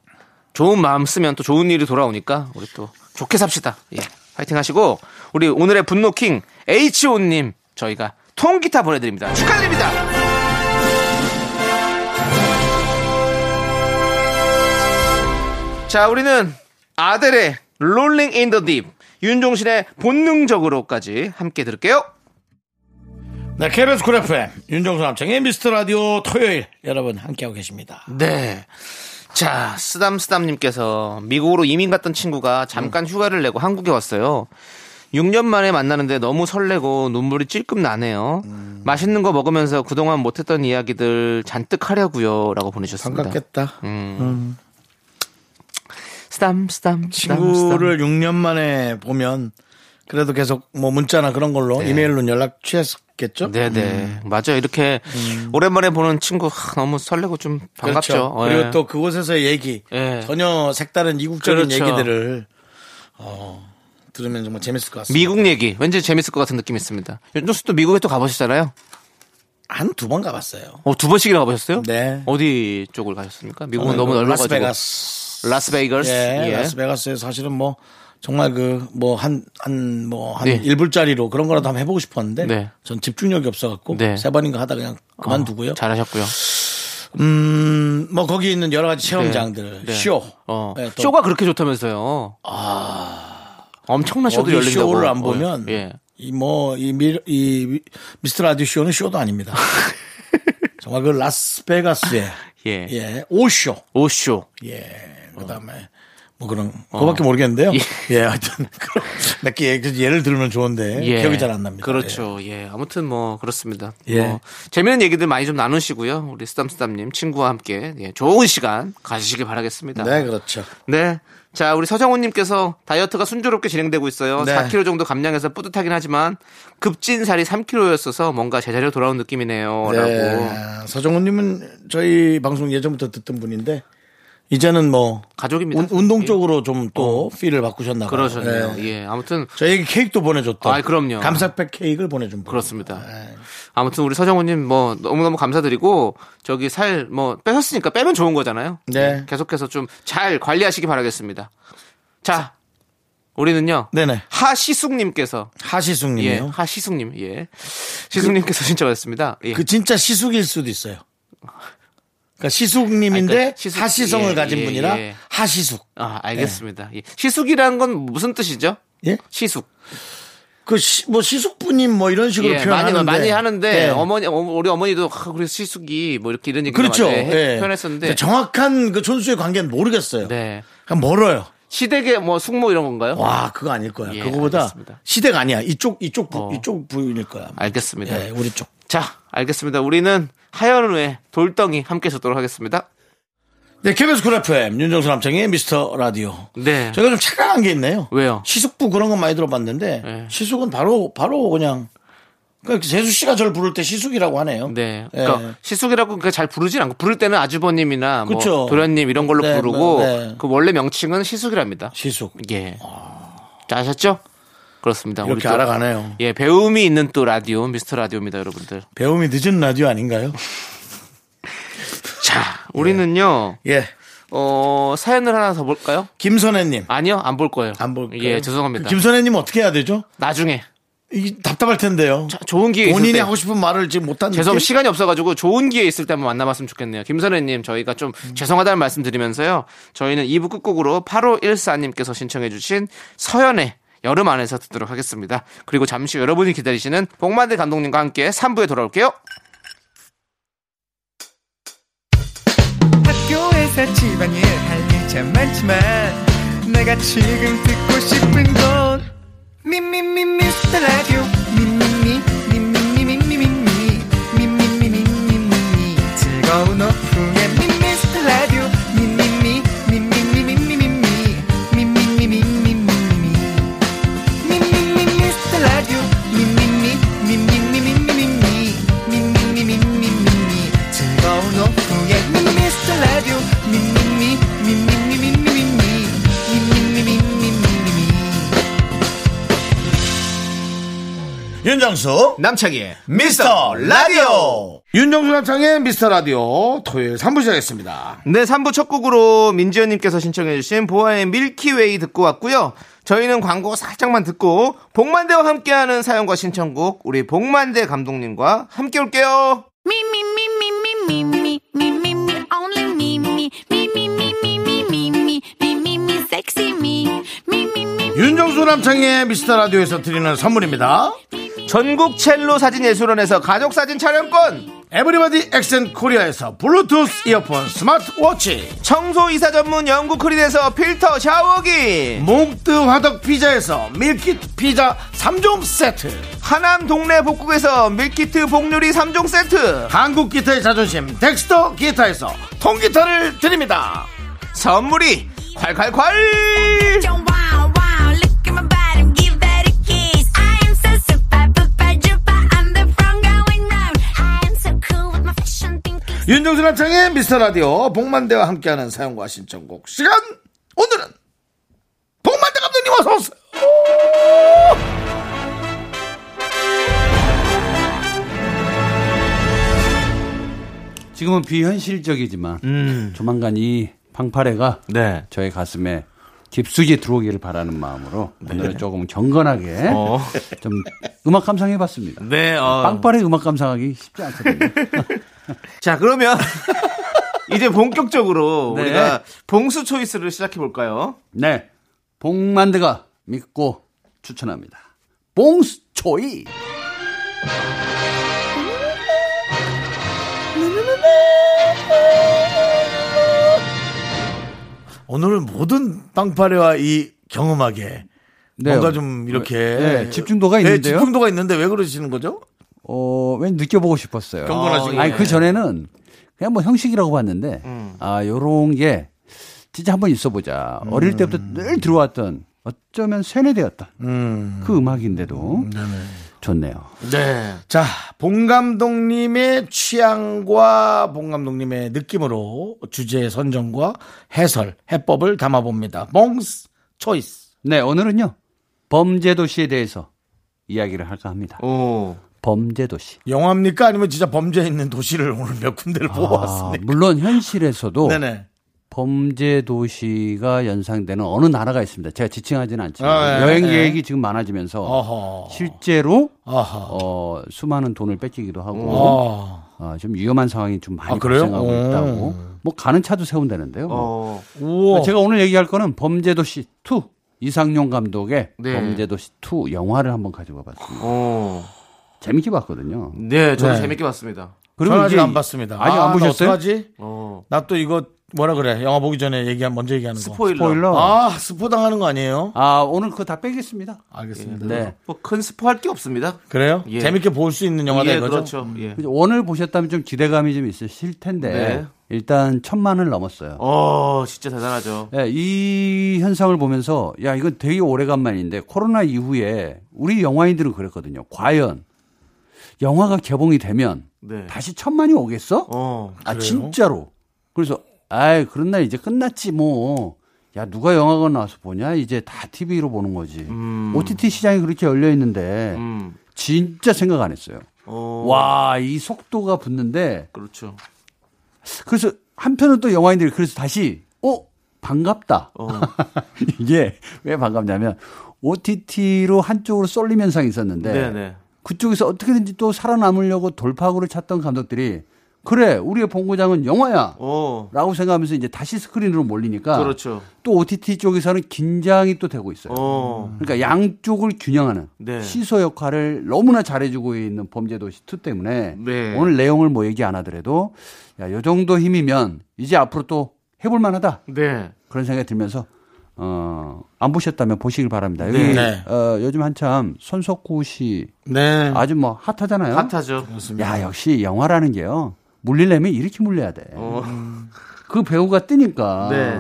Speaker 2: 좋은 마음 쓰면 또 좋은 일이 돌아오니까 우리 또 좋게 삽시다. 예, 파이팅 하시고 우리 오늘의 분노킹 H.O.님 저희가 통기타 보내드립니다. 축하드립니다. 자, 우리는 아델의 롤링 인 더 딥, 윤종신의 본능적으로까지 함께 들을게요.
Speaker 1: 네, KBS 쿨 FM 윤정수 남창의 미스터 라디오 토요일 여러분 함께하고 계십니다.
Speaker 2: 네. 자, 쓰담쓰담님께서 미국으로 이민 갔던 친구가 잠깐
Speaker 1: 음.
Speaker 2: 휴가를 내고 한국에 왔어요. 6년 만에 만나는데 너무 설레고 눈물이 찔끔 나네요.
Speaker 1: 음.
Speaker 2: 맛있는 거 먹으면서 그동안 못했던 이야기들 잔뜩 하려고요. 라고 보내주셨습니다.
Speaker 1: 반갑겠다.
Speaker 2: 음. 쓰담, 쓰담, 쓰담, 쓰담.
Speaker 1: 친구를 6년 만에 보면 그래도 계속 뭐 문자나 그런 걸로 이메일로 연락 취했겠죠?
Speaker 2: 네. 네네.
Speaker 1: 음.
Speaker 2: 맞아요. 이렇게 오랜만에 보는 친구 하, 너무 설레고 좀 반갑죠.
Speaker 1: 그렇죠.
Speaker 2: 예.
Speaker 1: 그리고 또 그곳에서의 얘기
Speaker 2: 예.
Speaker 1: 전혀 색다른 이국적인
Speaker 2: 그렇죠.
Speaker 1: 얘기들을 어, 들으면 정말 재밌을 것 같습니다.
Speaker 2: 미국 얘기. 왠지 재밌을 것 같은 느낌이 있습니다. 윤정수 도 미국에 또 가보셨잖아요.
Speaker 1: 한 두 번 가봤어요.
Speaker 2: 어, 두 번씩이나 가보셨어요?
Speaker 1: 네.
Speaker 2: 어디 쪽을 가셨습니까? 미국은 너무
Speaker 1: 저는
Speaker 2: 넓어가지고.
Speaker 1: 네, 라스베가스.
Speaker 2: 라스베이거스.
Speaker 1: 예,
Speaker 2: 예.
Speaker 1: 라스베가스에 사실은 뭐 정말 그 뭐 한 한 뭐 한
Speaker 2: 네.
Speaker 1: 일불짜리로 그런 거라도 한번 해보고 싶었는데
Speaker 2: 네.
Speaker 1: 전 집중력이 없어갖고
Speaker 2: 네. 어,
Speaker 1: 세 번인가 하다 그냥 그만두고요.
Speaker 2: 잘하셨고요.
Speaker 1: 음, 뭐 거기 있는 여러 가지 체험장들
Speaker 2: 네.
Speaker 1: 쇼,
Speaker 2: 어.
Speaker 1: 예, 또
Speaker 2: 쇼가 그렇게 좋다면서요. 아. 엄청난 쇼도
Speaker 1: 거기
Speaker 2: 열린다고.
Speaker 1: 쇼를 안
Speaker 2: 어,
Speaker 1: 보면
Speaker 2: 예.
Speaker 1: 이뭐이 이 미스터 라디오 쇼는 쇼도
Speaker 2: [laughs]
Speaker 1: 아닙니다. 정말 그 라스베가스의
Speaker 2: 예.
Speaker 1: 예, 오쇼,
Speaker 2: 오쇼.
Speaker 1: 예,
Speaker 2: 어.
Speaker 1: 그다음에 뭐 그런 그거밖에 모르겠는데요. 예, [laughs] 하여튼 그런 몇개 예를 들면 좋은데
Speaker 2: 예.
Speaker 1: 기억이 잘 안 납니다.
Speaker 2: 그렇죠. 예. 아무튼 뭐 그렇습니다.
Speaker 1: 예.
Speaker 2: 뭐 재미있는 얘기들 많이 좀 나누시고요. 우리 쓰담쓰담님 친구와 함께 예, 좋은 시간 가지시길 바라겠습니다.
Speaker 1: 예. 네, 그렇죠.
Speaker 2: 네. 자, 우리 서정훈님께서 다이어트가 순조롭게 진행되고 있어요.
Speaker 1: 네.
Speaker 2: 4kg 정도 감량해서 뿌듯하긴 하지만 급진 살이 3kg였어서 뭔가 제자리로 돌아온 느낌이네요. 라고.
Speaker 1: 네, 서정훈님은 저희 방송 예전부터 듣던 분인데 이제는 뭐
Speaker 2: 가족입니다. 어.
Speaker 1: 운, 동 쪽으로 좀 또 필을 바꾸셨나 봐요.
Speaker 2: 그러셨네요.
Speaker 1: 예.
Speaker 2: 예. 아무튼
Speaker 1: 저에게 케이크도 보내줬다.
Speaker 2: 아이, 그럼요.
Speaker 1: 감사백 케이크를 보내준 분.
Speaker 2: 그렇습니다.
Speaker 1: 예.
Speaker 2: 아무튼 우리 서정훈님 뭐 너무너무 감사드리고 저기 살 뭐 빼셨으니까 빼면 좋은 거잖아요. 예,
Speaker 1: 네.
Speaker 2: 계속해서 좀 잘 관리하시기 바라겠습니다. 자, 우리는요.
Speaker 1: 네네.
Speaker 2: 하시숙님께서 예,
Speaker 1: 하시숙님이요.
Speaker 2: 하시숙님 예, 시숙님께서 신청하셨습니다. 예.
Speaker 1: 그 진짜 시숙일 수도 있어요. 그러니까 시숙님인데
Speaker 2: 아, 그러니까 시숙-
Speaker 1: 하시성을
Speaker 2: 예,
Speaker 1: 가진
Speaker 2: 예,
Speaker 1: 분이라
Speaker 2: 예.
Speaker 1: 하시숙.
Speaker 2: 아, 알겠습니다. 예. 시숙이란 건 무슨 뜻이죠?
Speaker 1: 예?
Speaker 2: 시숙.
Speaker 1: 그, 시, 뭐, 시숙부님 뭐 이런 식으로
Speaker 2: 예, 많이
Speaker 1: 표현하는데.
Speaker 2: 많이 하는데
Speaker 1: 예.
Speaker 2: 어머니 어, 우리 어머니도 아, 그래서 시숙이 뭐 이렇게 이런 얘기
Speaker 1: 그렇죠. 예.
Speaker 2: 표현했었는데
Speaker 1: 그러니까 정확한 그 촌수의 관계는 모르겠어요.
Speaker 2: 네.
Speaker 1: 그냥 멀어요.
Speaker 2: 시댁에 뭐 숙모 이런 건가요?
Speaker 1: 와, 그거 아닐 거야.
Speaker 2: 예,
Speaker 1: 그거보다
Speaker 2: 알겠습니다.
Speaker 1: 시대가 아니야. 이쪽, 이쪽, 부,
Speaker 2: 어.
Speaker 1: 이쪽 부인일 거야.
Speaker 2: 알겠습니다.
Speaker 1: 예, 우리 쪽.
Speaker 2: 자, 알겠습니다. 우리는 하연우의 돌덩이 함께 듣도록 하겠습니다.
Speaker 1: 네, KBS 쿨 FM, 윤정수 남창의 미스터 라디오.
Speaker 2: 네.
Speaker 1: 저희가 좀 착각한 게 있네요.
Speaker 2: 왜요?
Speaker 1: 시숙부 그런 건 많이 들어봤는데,
Speaker 2: 네.
Speaker 1: 시숙은 바로, 바로 그냥, 그러니까 재수 씨가 저를 부를 때 시숙이라고 하네요.
Speaker 2: 네.
Speaker 1: 예.
Speaker 2: 그러니까 시숙이라고 그렇게 잘 부르진 않고 부를 때는 아주버님이나 뭐
Speaker 1: 그쵸.
Speaker 2: 도련님 이런 걸로
Speaker 1: 네,
Speaker 2: 부르고
Speaker 1: 네, 네.
Speaker 2: 그 원래 명칭은 시숙이랍니다.
Speaker 1: 시숙.
Speaker 2: 예. 자, 아셨죠? 그렇습니다. 우리
Speaker 1: 아. 이렇게
Speaker 2: 또-
Speaker 1: 알아가네요.
Speaker 2: 예, 배움이 있는 또 라디오, 미스터 라디오입니다, 여러분들.
Speaker 1: 배움이 늦은 라디오 아닌가요?
Speaker 2: 자, 우리는요,
Speaker 1: 예.
Speaker 2: 어, 사연을 하나 더 볼까요?
Speaker 1: 김선혜님.
Speaker 2: 아니요, 안 볼 거예요.
Speaker 1: 안 볼까요?
Speaker 2: 예, 죄송합니다.
Speaker 1: 그 김선혜님 어떻게 해야 되죠?
Speaker 2: 나중에.
Speaker 1: 이 답답할 텐데요.
Speaker 2: 자, 좋은 기회 있을
Speaker 1: 본인이
Speaker 2: 때.
Speaker 1: 하고 싶은 말을 지금 못한 느낌?
Speaker 2: 죄송합니다. 시간이 없어가지고 좋은 기회 있을 때 한번 만나봤으면 좋겠네요. 김선혜님, 저희가 좀
Speaker 1: 음.
Speaker 2: 죄송하다는 말씀 드리면서요. 저희는 2부 끝곡으로 8514님께서 신청해주신 서연의 여름 안에서 듣도록 하겠습니다. 그리고 잠시 후 여러분이 기다리시는 복만대 감독님과 함께 3부에 돌아올게요.
Speaker 4: 학교에서 집안일 할 일 참 많지만 내가 지금 듣고 싶은 건 미미미 미스터 라디오 미미미 미미미 미미미 미미미 미미미 즐거운 오후에 미스터 라디오 미미미 미미미 미미미 미미미 미미미 미미미 미스터 라디오 미미미 미미미 미미미 미미미 미미미 즐거운 오후에 미스터 라디오 미미미 미미미 미미미 미미미 미미미
Speaker 1: 윤정수.
Speaker 2: 남창희의
Speaker 1: 미스터 라디오. 윤정수 남창의 미스터 라디오 토요일 3부 시작했습니다.
Speaker 2: 네, 3부 첫 곡으로 민지연님께서 신청해주신 보아의 밀키웨이 듣고 왔고요. 저희는 광고 살짝만 듣고 복만대와 함께하는 사연과 신청곡 우리 복만대 감독님과 함께 올게요.
Speaker 3: Me, me, me, me, me, me, me, me, me, me, only me, me, me, me, me, me, me, me, me, me, me, me, sexy me, me, me, me,
Speaker 1: 윤정수 남창의 미스터 라디오에서 드리는 선물입니다.
Speaker 2: 전국 첼로 사진 예술원에서 가족 사진 촬영권,
Speaker 1: 에브리바디 엑센 코리아에서 블루투스 이어폰 스마트워치
Speaker 2: 청소 이사 전문 영국 크린에서 필터 샤워기,
Speaker 1: 몽뜨 화덕 피자에서 밀키트 피자 3종 세트
Speaker 2: 하남 동네 복국에서 밀키트 복요리 3종 세트,
Speaker 1: 한국 기타의 자존심 덱스터 기타에서 통기타를 드립니다
Speaker 2: 선물이 콸콸콸!
Speaker 3: Don't wow wow, look at my body, give that a kiss. I am so super, super duper, I'm the front going round. I am so cool with my fashion thinking.
Speaker 1: 윤종수 남창의 미스터라디오 복만대와 함께하는 사연과 신청곡 시간 오늘은 복만대 감독님 어서 오세요
Speaker 5: 지금은 비현실적이지만
Speaker 1: 음.
Speaker 5: 조만간 이 방파레가
Speaker 2: 네.
Speaker 5: 저의 가슴에 깊숙이 들어오기를 바라는 마음으로
Speaker 1: 네.
Speaker 5: 오늘은 조금 경건하게
Speaker 1: 어.
Speaker 5: [laughs] 좀 음악 감상해봤습니다.
Speaker 2: 네, 어.
Speaker 5: 빵파레 음악 감상하기
Speaker 1: [laughs]
Speaker 5: 쉽지 않거든요.
Speaker 2: 자, 그러면 [laughs] 이제 본격적으로
Speaker 5: 네.
Speaker 2: 우리가 봉수 초이스를 시작해 볼까요?
Speaker 5: 네, 봉만드가 믿고 추천합니다. 봉스 초이.
Speaker 1: 오늘은 모든 빵파레와 이 경음하게
Speaker 5: 네.
Speaker 1: 뭔가 좀 이렇게
Speaker 5: 네, 집중도가
Speaker 1: 네,
Speaker 5: 있는데요.
Speaker 1: 집중도가 있는데 왜 그러시는 거죠?
Speaker 5: 어, 왠 느껴보고 싶었어요.
Speaker 1: 경건하시고.
Speaker 5: 아니, 그 전에는 그냥 뭐 형식이라고 봤는데,
Speaker 1: 음.
Speaker 5: 아, 요런 게 진짜 한번 있어 보자. 어릴 때부터 늘 들어왔던 어쩌면 세뇌되었던 그 음악인데도 좋네요.
Speaker 1: 네. 자, 봉 감독님의 취향과 봉 감독님의 느낌으로 주제 선정과 해설, 해법을 담아봅니다. 몽스 초이스.
Speaker 5: 네, 오늘은요. 범죄도시에 대해서 이야기를 할까 합니다.
Speaker 2: 오.
Speaker 5: 범죄도시.
Speaker 1: 영화입니까? 아니면 진짜 범죄 있는 도시를 오늘 몇 군데를
Speaker 5: 아,
Speaker 1: 뽑아왔습니까?
Speaker 5: 물론 현실에서도
Speaker 1: 네네.
Speaker 5: 범죄 도시가 연상되는 어느 나라가 있습니다. 제가 지칭하지는 않지만
Speaker 1: 아, 예,
Speaker 5: 여행
Speaker 1: 예.
Speaker 5: 계획이 지금 많아지면서
Speaker 1: 어허.
Speaker 5: 실제로
Speaker 1: 아하.
Speaker 5: 어, 수많은 돈을 뺏기기도 하고
Speaker 1: 아.
Speaker 5: 어, 좀 위험한 상황이 좀 많이
Speaker 1: 아, 그래요?
Speaker 5: 발생하고
Speaker 1: 오.
Speaker 5: 있다고 뭐 가는 차도 세운다는데요. 뭐. 그러니까
Speaker 2: 어.
Speaker 1: 우와.
Speaker 5: 제가 오늘 얘기할 거는 범죄도시 2 이상용 감독의
Speaker 2: 네.
Speaker 5: 범죄도시 2 영화를 한번 가지고 와봤습니다.
Speaker 2: 오.
Speaker 5: 재밌게 봤거든요.
Speaker 2: 네, 저도
Speaker 1: 네.
Speaker 2: 재밌게 봤습니다.
Speaker 1: 저는 아직
Speaker 5: 이게-
Speaker 1: 안 봤습니다.
Speaker 5: 아직
Speaker 1: 아,
Speaker 5: 안
Speaker 1: 나
Speaker 5: 보셨어요?
Speaker 1: 어떡하지?
Speaker 2: 어.
Speaker 1: 나 또 이거 뭐라 그래? 영화 보기 전에 얘기 한 먼저 얘기하는 거.
Speaker 2: 스포일러.
Speaker 5: 보일러. 아,
Speaker 1: 아 스포 당하는 거 아니에요?
Speaker 5: 오늘 그거 다 빼겠습니다.
Speaker 1: 알겠습니다.
Speaker 5: 네.
Speaker 2: 뭐 큰 스포 할 게 없습니다.
Speaker 1: 그래요?
Speaker 2: 예.
Speaker 1: 재밌게 볼 수 있는 영화다
Speaker 2: 예,
Speaker 1: 이거죠?
Speaker 2: 그렇죠. 예.
Speaker 5: 그죠? 오늘 보셨다면 좀 기대감이 좀 있으실 텐데
Speaker 2: 네.
Speaker 5: 일단 천만을 넘었어요.
Speaker 2: 어, 진짜 대단하죠.
Speaker 5: 예, 이 현상을 보면서 야 이건 되게 오래간만인데 코로나 이후에 우리 영화인들은 그랬거든요. 과연 영화가 개봉이 되면
Speaker 2: 네.
Speaker 5: 다시 천만이 오겠어?
Speaker 2: 어.
Speaker 5: 아 진짜로. 그래서 아이 그런 날 이제 끝났지 뭐. 야 누가 영화관 나와서 보냐? 이제 다 TV로 보는 거지. OTT 시장이 그렇게 열려 있는데
Speaker 2: 음.
Speaker 5: 진짜 생각 안 했어요.
Speaker 2: 어.
Speaker 5: 와 이 속도가 붙는데
Speaker 2: 그렇죠.
Speaker 5: 그래서 한편은 또 영화인들이 그래서 다시 어 반갑다.
Speaker 2: 어.
Speaker 5: [laughs] 이게 왜 반갑냐면 OTT로 한쪽으로 쏠림 현상이 있었는데
Speaker 2: 네, 네.
Speaker 5: 그쪽에서 어떻게든지 또 살아남으려고 돌파구를 찾던 감독들이 그래 우리의 본고장은 영화야.
Speaker 2: 어.
Speaker 5: 라고 생각하면서 이제 다시 스크린으로 몰리니까
Speaker 2: 그렇죠.
Speaker 5: 또 OTT 쪽에서는 긴장이 또 되고 있어요.
Speaker 2: 어.
Speaker 5: 그러니까 양쪽을 균형하는
Speaker 2: 네.
Speaker 5: 시소 역할을 너무나 잘해주고 있는 범죄도시 2 때문에
Speaker 2: 네.
Speaker 5: 오늘 내용을 뭐 얘기 안 하더라도 야, 요 정도 힘이면 이제 앞으로 또 해볼 만하다
Speaker 2: 네.
Speaker 5: 그런 생각이 들면서 어, 안 보셨다면 보시길 바랍니다. 여기
Speaker 1: 네.
Speaker 5: 어, 요즘 한참 손석구 씨
Speaker 1: 네.
Speaker 5: 아주 뭐 핫하잖아요.
Speaker 2: 핫하죠.
Speaker 5: 야 역시 영화라는 게요 물리려면 이렇게 물려야 돼.
Speaker 2: 어.
Speaker 5: [laughs] 그 배우가 뜨니까
Speaker 2: 네.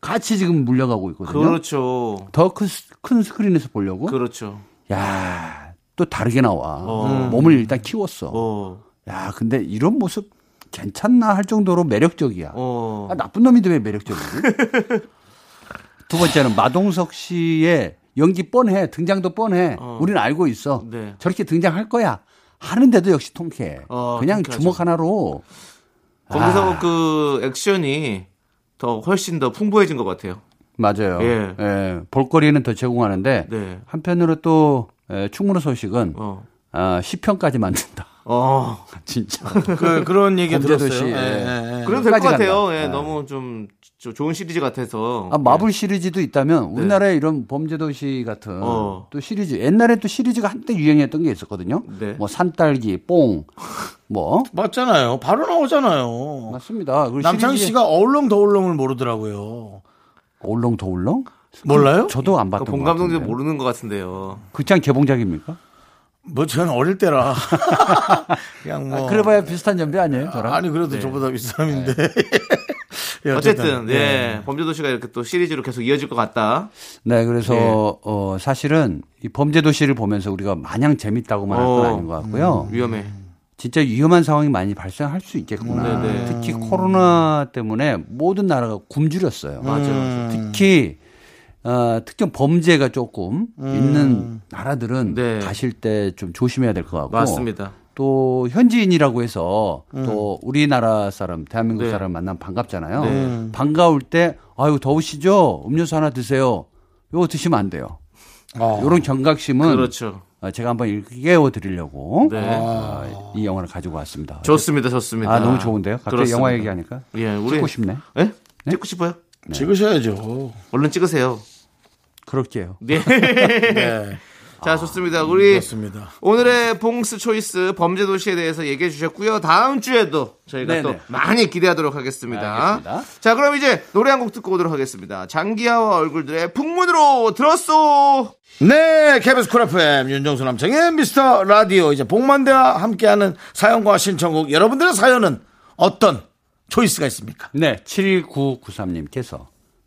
Speaker 5: 같이 지금 물려가고 있거든요.
Speaker 2: 그렇죠.
Speaker 5: 더 큰 스크린에서 보려고.
Speaker 2: 그렇죠.
Speaker 5: 야, 또 다르게 나와. 음.
Speaker 2: 어.
Speaker 5: 몸을 일단 키웠어.
Speaker 2: 어.
Speaker 5: 야, 근데 이런 모습 괜찮나 할 정도로 매력적이야.
Speaker 2: 어.
Speaker 5: 아, 나쁜 놈인데 왜 매력적이지? [laughs] 두 번째는 마동석 씨의 연기 뻔해. 등장도 뻔해. 우리는 알고 있어.
Speaker 2: 네.
Speaker 5: 저렇게 등장할 거야. 하는데도 역시 통쾌해.
Speaker 2: 어,
Speaker 5: 그냥
Speaker 2: 통쾌하죠.
Speaker 5: 주먹 하나로.
Speaker 2: 거기서
Speaker 5: 아.
Speaker 2: 그 액션이 더 훨씬 더 풍부해진 것 같아요.
Speaker 5: 맞아요.
Speaker 2: 예.
Speaker 5: 예. 볼거리는 더 제공하는데
Speaker 2: 네.
Speaker 5: 한편으로 또 예, 충무로 소식은
Speaker 2: 어.
Speaker 5: 아, 시편까지 만든다. [laughs]
Speaker 2: 어.
Speaker 5: 진짜.
Speaker 1: 그, 그런 얘기
Speaker 5: 범죄도시,
Speaker 1: 들었어요.
Speaker 5: 예.
Speaker 1: 예, 예, 예.
Speaker 2: 그래도 될 것
Speaker 5: 끝까지
Speaker 2: 같아요.
Speaker 5: 간다.
Speaker 2: 예,
Speaker 5: 아.
Speaker 2: 너무 좀 저 좋은 시리즈 같아서.
Speaker 5: 아, 마블 시리즈도 있다면 우리나라에 이런 범죄도시 같은
Speaker 2: 어.
Speaker 5: 또 시리즈 옛날에 또 시리즈가 한때 유행했던 게 있었거든요.
Speaker 2: 네.
Speaker 5: 뭐 산딸기, 뽕, 뭐
Speaker 1: 맞잖아요. 바로 나오잖아요.
Speaker 5: 맞습니다. 그리고
Speaker 1: 어. 남창희
Speaker 5: 시리즈에
Speaker 1: 씨가 어울렁 더울렁을 모르더라고요.
Speaker 5: 올렁 더 올렁?
Speaker 1: 몰라요?
Speaker 5: 저도 안 봤던
Speaker 2: 본
Speaker 5: 것
Speaker 2: 감독도
Speaker 5: 같은데.
Speaker 2: 모르는 것 같은데요.
Speaker 5: 극장 개봉작입니까?
Speaker 1: 뭐 저는 어릴
Speaker 5: [laughs]
Speaker 1: 때라 그냥 뭐
Speaker 5: 아, 그래봐야 네. 비슷한 연배 아니에요, 저랑?
Speaker 1: 아니 그래도 저보다 윗사람인데 [laughs] 예,
Speaker 2: 어쨌든,
Speaker 1: 예.
Speaker 2: 예. 범죄도시가 이렇게 또 시리즈로 계속 이어질 것 같다.
Speaker 5: 네, 그래서
Speaker 2: 예.
Speaker 5: 어, 사실은 이 범죄 도시를 보면서 우리가 마냥 재밌다고만 할 건
Speaker 2: 어.
Speaker 5: 아닌 것 같고요.
Speaker 2: 위험해.
Speaker 5: 음. 진짜 위험한 상황이 많이 발생할 수 있겠구나.
Speaker 2: 음, 네, 네.
Speaker 5: 특히 코로나 때문에 모든 나라가 굶주렸어요.
Speaker 2: 맞아요.
Speaker 5: 특히 어, 특정 범죄가 조금 있는 나라들은
Speaker 2: 음. 네.
Speaker 5: 가실 때 좀 조심해야 될 것 같고
Speaker 2: 맞습니다. 음.
Speaker 5: 또 현지인이라고 해서 또 우리나라 사람 대한민국
Speaker 2: 네.
Speaker 5: 사람 만나면 반갑잖아요.
Speaker 2: 네.
Speaker 5: 반가울 때 아유 더우시죠? 음료수 하나 드세요. 요거 드시면 안 돼요.
Speaker 1: 어.
Speaker 5: 요런 경각심은
Speaker 2: 아. 그렇죠.
Speaker 5: 어, 제가 한번 일깨워 드리려고
Speaker 2: 네.
Speaker 5: 어, 이 영화를 가지고 왔습니다.
Speaker 2: 좋습니다, 좋습니다.
Speaker 5: 아 너무 좋은데요. 갑자기
Speaker 2: 그렇습니다.
Speaker 5: 영화 얘기하니까
Speaker 2: 예, 우리.
Speaker 5: 찍고 싶네.
Speaker 2: 예? 찍고 싶어요?
Speaker 1: 찍으셔야죠.
Speaker 2: 얼른 찍으세요.
Speaker 5: 그럴게요.
Speaker 2: [laughs] 네. 아,
Speaker 1: 네,
Speaker 2: 자, 좋습니다. 우리
Speaker 1: 그렇습니다.
Speaker 2: 오늘의 봉스 초이스 범죄 도시에 대해서 얘기해 주셨고요. 다음 주에도 저희가
Speaker 5: 네네.
Speaker 2: 또 많이 기대하도록 하겠습니다.
Speaker 5: 알겠습니다.
Speaker 2: 자, 그럼 이제 노래 한 곡 듣고 오도록 하겠습니다. 장기하와 얼굴들의 풍문으로 들었소.
Speaker 1: 네, KBS 쿨 FM 윤정수 남창의 미스터 라디오 이제 복만대와 함께하는 사연과 신청곡 여러분들의 사연은 어떤 초이스가 있습니까?
Speaker 5: 네, 71993님께서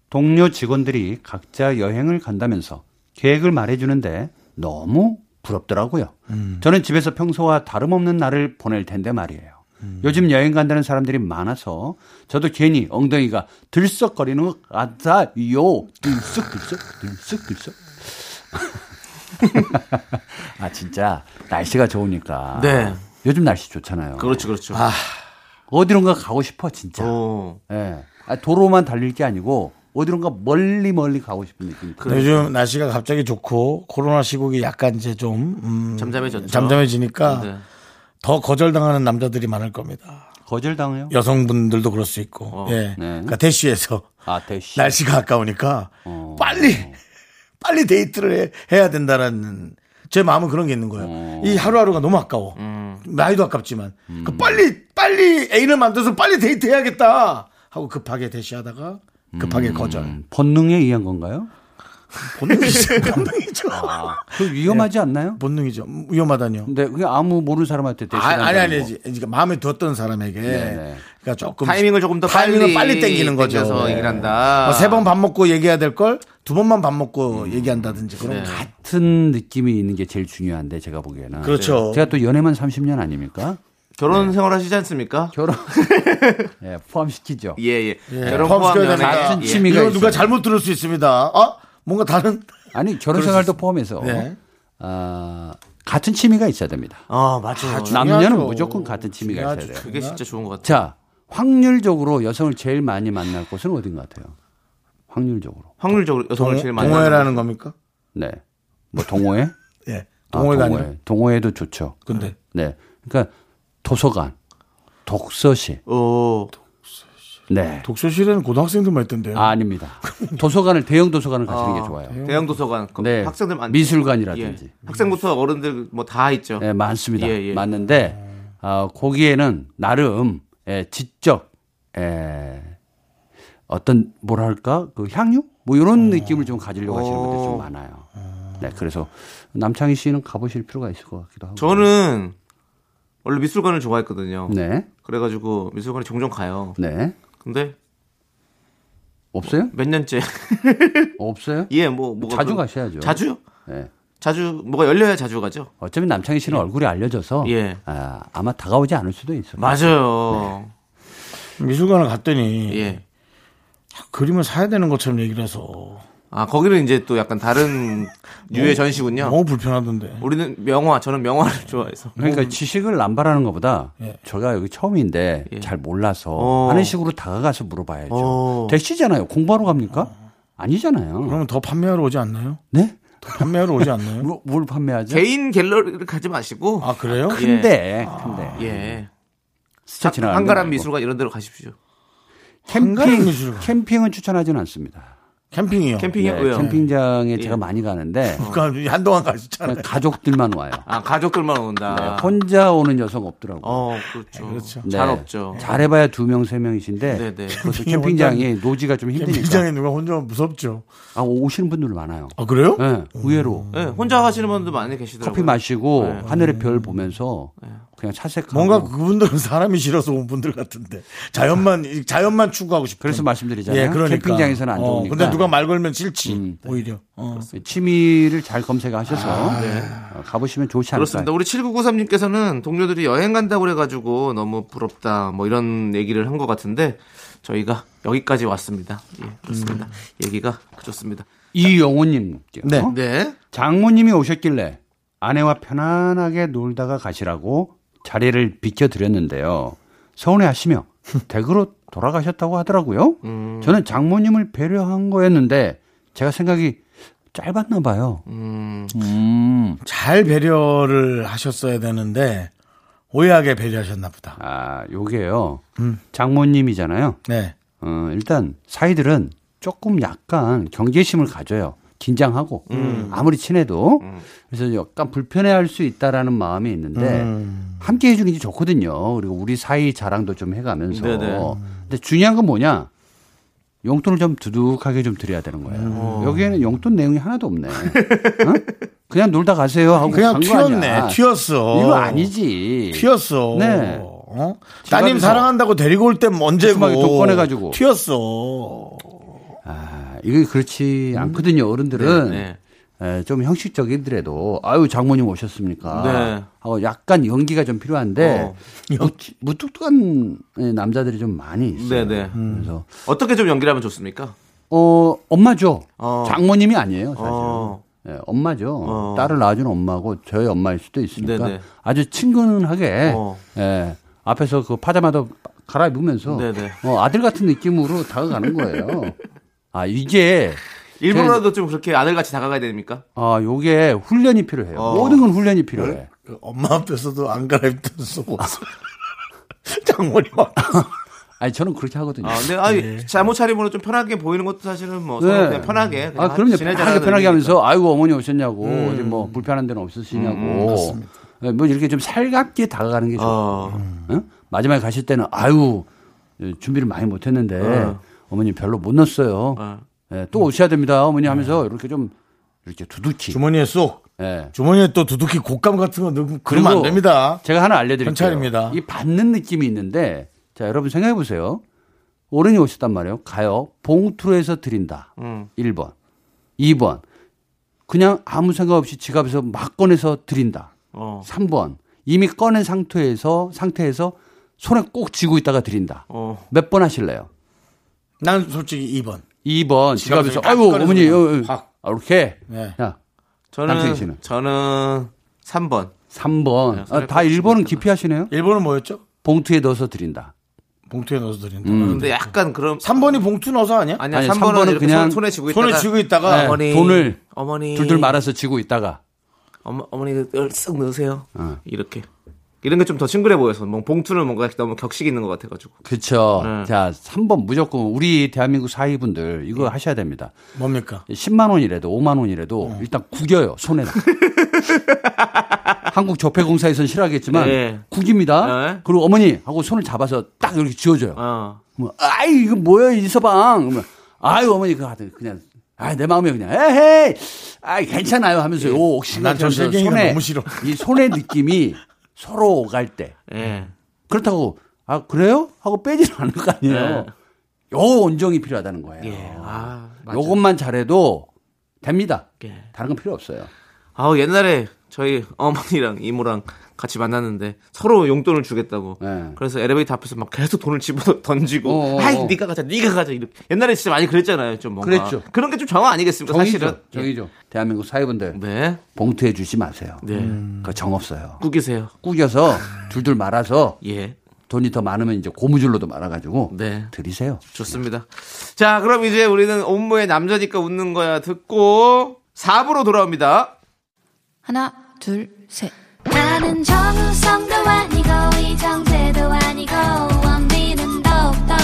Speaker 5: 동료 직원들이 각자 여행을 간다면서 계획을 말해주는데 너무 부럽더라고요. 저는 집에서 평소와 다름없는 날을 보낼 텐데 말이에요. 요즘 여행 간다는 사람들이 많아서 저도 괜히 엉덩이가 들썩거리는 것 같아요. 들썩들썩, 들썩들썩. 아, 진짜 날씨가 좋으니까.
Speaker 2: 네.
Speaker 5: 요즘 날씨 좋잖아요.
Speaker 2: 그렇죠, 그렇죠.
Speaker 5: 어디론가 가고 싶어, 진짜.
Speaker 2: 오.
Speaker 5: 예. 아, 도로만 달릴 게 아니고 어디론가 멀리 멀리 가고 싶은 느낌. 그
Speaker 1: 네, 요즘 날씨가 갑자기 좋고 코로나 시국이 약간 이제 좀 음,
Speaker 2: 잠잠해졌죠.
Speaker 1: 잠잠해지니까
Speaker 2: 네.
Speaker 1: 더 거절당하는 남자들이 많을 겁니다.
Speaker 5: 거절당해요?
Speaker 1: 여성분들도 그럴 수 있고,
Speaker 2: 어. 네.
Speaker 1: 예. 그러니까 대쉬에서
Speaker 5: 아, 대시.
Speaker 1: 날씨가 아까우니까
Speaker 5: 어.
Speaker 1: 빨리 빨리 데이트를 해, 야 된다라는 제 마음은 그런 게 있는 거예요.
Speaker 2: 어.
Speaker 1: 이 하루하루가 너무 아까워. 나이도 아깝지만
Speaker 2: 음.
Speaker 1: 그 빨리 빨리 애인을 만들어서 빨리 데이트해야겠다 하고 급하게 대시하다가 급하게
Speaker 2: 음.
Speaker 1: 거절.
Speaker 5: 본능에 의한 건가요?
Speaker 1: 본능이죠.
Speaker 2: [laughs]
Speaker 1: 본능이죠.
Speaker 2: 아.
Speaker 5: 그 위험하지
Speaker 1: 네.
Speaker 5: 않나요?
Speaker 1: 본능이죠. 위험하다뇨.
Speaker 5: 근데 그게 아무 모르는 사람한테 대시.
Speaker 1: 아, 아니 아니지. 그러니까 마음에 두었던 사람에게
Speaker 5: 네.
Speaker 1: 그러니까 조금
Speaker 2: 타이밍을 조금 더
Speaker 1: 타이밍을
Speaker 2: 빨리
Speaker 1: 빨리 땡기는 거죠. 뭐
Speaker 2: 땡겨서 얘기를 한다.
Speaker 1: 세 번 밥 먹고 얘기해야 될 걸 두 번만 밥 먹고
Speaker 2: 음.
Speaker 1: 얘기한다든지 그런
Speaker 2: 네.
Speaker 1: 거.
Speaker 5: 같은 느낌이 있는 게 제일 중요한데 제가 보기에는.
Speaker 1: 그렇죠.
Speaker 5: 제가 또 연애만 30년 아닙니까?
Speaker 2: 결혼 생활 하시지 않습니까?
Speaker 1: [laughs]
Speaker 5: 결혼. 예, 포함시키죠.
Speaker 2: 예, 예. 결혼 포함
Speaker 1: 포함시켜야
Speaker 2: 연애.
Speaker 1: 됩니다.
Speaker 5: 같은
Speaker 2: 예.
Speaker 5: 취미. 취미가
Speaker 1: 이거 누가
Speaker 5: 있어요.
Speaker 1: 잘못 들을 수 있습니다. 어? 뭔가 다른
Speaker 5: 아니 결혼 생활도 포함해서
Speaker 1: 네.
Speaker 5: 아, 같은 취미가 있어야 됩니다.
Speaker 2: 아, 맞아.
Speaker 5: 남녀는 무조건 같은 취미가 있어야 돼요.
Speaker 2: 그게 진짜 좋은 것 같아요.
Speaker 5: 자, 확률적으로 여성을 제일 많이 만날 곳은 어딘 것 같아요? 확률적으로.
Speaker 2: 확률적으로 여성을 제일 많이
Speaker 1: 동호회라는 겁니까?
Speaker 5: 네.
Speaker 2: [laughs]
Speaker 5: 뭐 동호회?
Speaker 1: 예.
Speaker 5: 아,
Speaker 1: 동호회가 아, 니라
Speaker 5: 동호회도 좋죠.
Speaker 1: 근데
Speaker 5: 네. 그러니까 도서관, 독서실.
Speaker 2: 오.
Speaker 5: 네.
Speaker 1: 독서실에는 고등학생들만 있던데요.
Speaker 5: 아, 닙니다
Speaker 2: [laughs]
Speaker 5: 도서관을 대형 도서관을 가시는 게 좋아요.
Speaker 2: 대형 도서관. 거-
Speaker 5: 네.
Speaker 2: 학생들 많
Speaker 5: 미술관이라든지.
Speaker 2: 예. 학생부터 어른들 뭐 다 있죠.
Speaker 5: 네, 많습니다.
Speaker 2: 예, 예.
Speaker 5: 맞는데 아, 거기에는 나름 예, 지적 예, 어떤 뭐랄까 그 향유 뭐
Speaker 2: 음.
Speaker 5: 이런 느낌을 좀 가지려고 하시는 분들 좀 많아요. 네, 그래서 남창희 씨는 가보실 필요가 있을 것 같기도 하고.
Speaker 2: 저는 원래 미술관을 좋아했거든요.
Speaker 5: 네,
Speaker 2: 그래가지고 미술관에 종종 가요.
Speaker 5: 네
Speaker 2: 근데
Speaker 5: 없어요?
Speaker 2: 몇 년째 [laughs]
Speaker 5: 없어요?
Speaker 2: 네. 예, 뭐 뭐가
Speaker 5: 자주
Speaker 2: 그런-
Speaker 5: 가셔야죠.
Speaker 2: 자주요?
Speaker 5: 네.
Speaker 2: 자주 뭐가 열려야 자주 가죠.
Speaker 5: 어쩌면 남창희 씨는 얼굴이 알려져서
Speaker 2: 예.
Speaker 5: 아, 아마 다가오지 않을 수도 있어요.
Speaker 2: 맞아요.
Speaker 1: 미술관을 갔더니
Speaker 2: 예.
Speaker 1: 그림을 사야 되는 것처럼 얘기를 해서
Speaker 2: 아 거기는 이제 또 약간 다른 유의 전시군요.
Speaker 1: 너무 불편하던데.
Speaker 2: 우리는 명화, 저는 명화를 [laughs] 좋아해서.
Speaker 5: 그러니까 지식을 남발하는 것보다
Speaker 1: 예.
Speaker 5: 제가 여기 처음인데 잘 몰라서
Speaker 2: 어.
Speaker 5: 하는 식으로 다가가서 물어봐야죠.
Speaker 2: 어.
Speaker 5: 대시잖아요. 공부하러 갑니까? 아니잖아요.
Speaker 1: 그러면 더 판매하러 오지 않나요?
Speaker 5: 네?
Speaker 1: 더 판매하러 오지
Speaker 5: [laughs]
Speaker 1: 않나요?
Speaker 5: 뭘, 뭘 판매하죠?
Speaker 2: 개인 갤러리를 가지 마시고
Speaker 1: 아 그래요?
Speaker 5: 큰데, 큰데.
Speaker 2: 예.
Speaker 5: 스쳐 지나가는
Speaker 2: 한가람
Speaker 5: 거 말고.
Speaker 2: 미술관 이런 데로 가십시오.
Speaker 5: 캠핑
Speaker 1: 한가한 예술가.
Speaker 5: 캠핑은 추천하지는 않습니다. 예,
Speaker 1: 캠핑이요.
Speaker 2: 캠핑이요? 왜요?
Speaker 5: 네, 캠핑장에 제가 많이 가는데
Speaker 1: 그러니까 한동안 가셨잖아요.
Speaker 5: 그냥 가족들만 와요. 예,
Speaker 2: 아, 가족들만 온다.
Speaker 5: 네, 혼자 오는 여성 없더라고요.
Speaker 2: 어, 그렇죠.
Speaker 1: 그렇죠.
Speaker 5: 네.
Speaker 2: 잘 없죠.
Speaker 5: 잘해봐야 두 명, 세 명이신데
Speaker 2: 네네.
Speaker 5: 그것도 캠핑장이 노지가 좀 힘드니까
Speaker 1: 캠핑장에 누가 혼자 오면 무섭죠.
Speaker 5: 아, 오시는 분들 그러니까. 많아요.
Speaker 1: 아 그래요?
Speaker 5: 예, 의외로
Speaker 2: 네, 혼자 가시는 분들 많이
Speaker 1: 음.
Speaker 2: 계시더라고요.
Speaker 5: 커피 마시고 하늘의 별 보면서 그냥 차색하고
Speaker 1: 네. 뭔가 그분들은 사람이 싫어서 온 분들 같은데 자연만 이- 자연만 추구하고 싶어.
Speaker 5: 그래서 말씀드리잖아요. 캠핑장에서는
Speaker 1: 예,
Speaker 5: 안 좋으니까.
Speaker 1: 그러니까. 어,
Speaker 5: 음. 네,
Speaker 1: 근데 누가 말 걸면 싫지 오히려. 어.
Speaker 5: 취미를 잘 검색하셔서
Speaker 1: 아, 네.
Speaker 5: 어, 가보시면 좋지 않을까.
Speaker 2: 그렇습니다. 우리 7993님께서는 동료들이 여행 간다고 그래가지고 너무 부럽다 뭐 이런 얘기를 한 것 같은데 저희가 여기까지 왔습니다. 예, 그렇습니다. 얘기가 좋습니다.
Speaker 5: 이영호님,
Speaker 1: 네.
Speaker 5: 음. 어?
Speaker 2: 네.
Speaker 5: 장모님이 오셨길래 아내와 편안하게 놀다가 가시라고 자리를 비켜드렸는데요. 서운해하시며 댁으로 돌아가셨다고 하더라고요.
Speaker 1: 음.
Speaker 5: 저는 장모님을 배려한 거였는데 제가 생각이 짧았나 봐요.
Speaker 1: 잘 배려를 하셨어야 되는데 오해하게 배려하셨나 보다.
Speaker 5: 아, 요게요.
Speaker 1: 음.
Speaker 5: 장모님이잖아요.
Speaker 1: 네.
Speaker 5: 어, 일단 사이들은 조금 약간 경계심을 가져요. 긴장하고
Speaker 1: 음.
Speaker 5: 아무리 친해도 그래서 약간 불편해할 수 있다라는 마음이 있는데 함께 해주는 게 좋거든요. 그리고 우리 사이 자랑도 좀 해가면서.
Speaker 2: 네네.
Speaker 5: 근데 중요한 건 뭐냐? 용돈을 좀 두둑하게 좀 드려야 되는 거예요.
Speaker 1: 음. 어.
Speaker 5: 여기에는 용돈 내용이 하나도 없네. 어? 그냥 놀다 가세요 하고
Speaker 1: 그냥
Speaker 5: 간거 아니야.
Speaker 1: 튀었네. 튀었어.
Speaker 5: 이거 아니지.
Speaker 1: 튀었어.
Speaker 5: 네.
Speaker 1: 어? 따님
Speaker 5: 집안에서
Speaker 1: 사랑한다고 데리고 올 땐
Speaker 5: 두툼하게
Speaker 1: 언제고
Speaker 5: 돈 꺼내가지고.
Speaker 1: 튀었어.
Speaker 5: 아, 이게 그렇지 않거든요. 어른들은
Speaker 2: 네,
Speaker 5: 에, 좀 형식적이더라도 아유 장모님 오셨습니까?
Speaker 2: 네.
Speaker 5: 하고 약간 연기가 좀 필요한데
Speaker 2: 어.
Speaker 5: 무- 무뚝뚝한 에, 남자들이 좀 많이 있어요.
Speaker 2: 네네.
Speaker 5: 그래서
Speaker 2: 어떻게 좀 연기하면 좋습니까?
Speaker 5: 어 엄마죠.
Speaker 2: 어.
Speaker 5: 장모님이 아니에요 사실.
Speaker 2: 어.
Speaker 5: 예, 엄마죠.
Speaker 2: 어.
Speaker 5: 딸을 낳아준 엄마고 저희 엄마일 수도 있으니까
Speaker 2: 네네.
Speaker 5: 아주 친근하게
Speaker 2: 어.
Speaker 5: 예, 앞에서 그 파자마도 갈아입으면서
Speaker 2: 네네.
Speaker 5: 어, 아들 같은 느낌으로 다가가는 거예요. 아 이게
Speaker 2: 일부러라도 좀 그렇게 아들같이 다가가야 됩니까?
Speaker 5: 아, 요게 훈련이 필요해요.
Speaker 2: 어. 네?
Speaker 5: 모든 건 훈련이 필요해.
Speaker 1: 그 엄마 앞에서도 안 갈아입던 속옷. [laughs] 장모님 앞에서.
Speaker 5: 아니, 저는 그렇게 하거든요.
Speaker 2: 아, 근데 아니,
Speaker 5: 네.
Speaker 2: 잘못 차림으로 좀 편하게 보이는 것도 사실은 뭐 서로 그냥 편하게 그냥
Speaker 5: 아, 그럼요.
Speaker 2: 지내자라는
Speaker 5: 편하게 편하게
Speaker 2: 의미니까. 음.
Speaker 5: 하면서, 아이고, 어머니 오셨냐고, 어디 뭐, 불편한 데는 없으시냐고. 네, 뭐, 이렇게 좀 살갑게 다가가는 게 좋아요.
Speaker 2: 어.
Speaker 5: 응? 마지막에 가실 때는, 아유, 준비를 많이 못 했는데,
Speaker 2: 어.
Speaker 5: 어. 머니 별로 못 넣었어요.
Speaker 2: 어. 네.
Speaker 5: 예, 또 오셔야 됩니다, 어머니 하면서, 이렇게 좀, 이렇게 두둑히.
Speaker 1: 주머니에 쏙.
Speaker 5: 예.
Speaker 1: 주머니에 또 두둑히 곶감 같은 거 넣으면 그러면 안
Speaker 5: 그리고
Speaker 1: 됩니다.
Speaker 5: 제가 하나 알려드릴게요.
Speaker 1: 현찰입니다.
Speaker 5: 이 받는 느낌이 있는데, 자, 여러분 생각해 보세요. 어른이 오셨단 말이에요. 가요. 봉투로 해서 드린다.
Speaker 2: 음.
Speaker 5: 1번. 2번. 그냥 아무 생각 없이 지갑에서 막 꺼내서 드린다.
Speaker 2: 어.
Speaker 5: 3번. 이미 꺼낸 상태에서, 상태에서 손에 꼭 쥐고 있다가 드린다.
Speaker 2: 어.
Speaker 5: 몇 번 하실래요?
Speaker 1: 난 솔직히 2번. 지갑에서
Speaker 5: 2번. 지갑에서,
Speaker 1: 딱
Speaker 5: 아이고,
Speaker 1: 꺼내서
Speaker 5: 어머니,
Speaker 1: 그냥
Speaker 5: 어, 어,
Speaker 1: 확.
Speaker 5: 아, 이렇게.
Speaker 1: 네.
Speaker 5: 야, 남창희
Speaker 2: 저는
Speaker 5: 씨는?
Speaker 2: 저는 3번.
Speaker 5: 3번.
Speaker 2: 네, 손에
Speaker 5: 아, 다
Speaker 2: 꼭 쥐고
Speaker 5: 1번은 기피하시네요?
Speaker 1: 1번은 뭐였죠?
Speaker 5: 봉투에 넣어서 드린다.
Speaker 1: 봉투에 넣어서 드린다.
Speaker 2: 근데 약간 그럼
Speaker 1: 3번이 봉투 넣어서 아니야?
Speaker 2: 아니야,
Speaker 5: 음. 아니,
Speaker 2: 3번은,
Speaker 5: 삼 번은
Speaker 2: 그냥
Speaker 5: 그냥
Speaker 2: 손에 쥐고 있다가
Speaker 1: 손에 쥐고 있다가
Speaker 5: 네.
Speaker 2: 어머니
Speaker 5: 돈을
Speaker 2: 어머니
Speaker 5: 둘둘 말아서 지고 있다가
Speaker 2: 어머, 어머니 쓱 넣으세요.
Speaker 5: 어.
Speaker 2: 이렇게 이런 게 좀 더 친근해 보여서 뭐 봉투는 뭔가 너무 격식 있는 것 같아가지고
Speaker 5: 그쵸.
Speaker 2: 네.
Speaker 5: 자, 3번 무조건 우리 대한민국 사위분들
Speaker 1: 예.
Speaker 5: 이거 하셔야 됩니다.
Speaker 1: 뭡니까?
Speaker 5: 10만 원이라도 5만 원이라도
Speaker 1: 예.
Speaker 5: 일단 구겨요 손에.
Speaker 1: [laughs]
Speaker 5: 한국 적폐공사에선 싫어하겠지만
Speaker 1: 예.
Speaker 2: 네.
Speaker 5: 구깁니다.
Speaker 2: 네.
Speaker 5: 그리고 어머니 하고 손을 잡아서 딱 이렇게 쥐어줘요.
Speaker 2: 어.
Speaker 5: 그러면 아이 이거 뭐야 이 서방. 그러면 아유 어머니 그거 하여튼 그냥 아 내 마음이 그냥 에헤이 아 괜찮아요 하면서 요 옥시가
Speaker 1: 예. 난저 실갱이가 너무 싫어.
Speaker 5: 이 손의 느낌이 서로 오갈 때
Speaker 2: 예.
Speaker 5: 그렇다고 아 그래요? 하고 빼지는 [laughs] 않을 거 아니에요.
Speaker 2: 네.
Speaker 5: 요 온정이 필요하다는 거예요.
Speaker 2: 예. 아, 맞아.
Speaker 5: 요것만 잘해도 됩니다.
Speaker 2: 예.
Speaker 5: 다른 건 필요 없어요.
Speaker 2: 아우 옛날에 저희 어머니랑 이모랑 같이 만났는데 서로 용돈을 주겠다고.
Speaker 5: 네.
Speaker 2: 그래서 엘리베이터 앞에서 막 계속 돈을 집어 [laughs] 던지고,
Speaker 5: 어어어.
Speaker 2: 아이 네가 가자, 네가 가자 이렇게. 옛날에 진짜 많이 그랬잖아요, 좀 뭔가.
Speaker 5: 그랬죠.
Speaker 2: 그런 게 좀 정화 아니겠습니까, 사실은. 예.
Speaker 5: 정의죠. 정의죠. 대한민국 사회분들
Speaker 2: 네,
Speaker 5: 봉투해 주지 마세요.
Speaker 2: 네. 아.
Speaker 5: 그정 없어요. [laughs]
Speaker 2: 꾸기세요.
Speaker 5: 꾸겨서 둘둘 말아서
Speaker 2: 예,
Speaker 5: 돈이 더 많으면 이제 고무줄로도 말아가지고
Speaker 2: 네.
Speaker 5: 드리세요.
Speaker 2: 좋습니다. 자, 그럼 이제 우리는 업무의 남자니까 웃는 거야 듣고 4부로 돌아옵니다.
Speaker 6: 하나, 둘, 셋.
Speaker 3: 나는 정우성도 아니고 이정재도 아니고 원빈은 더욱더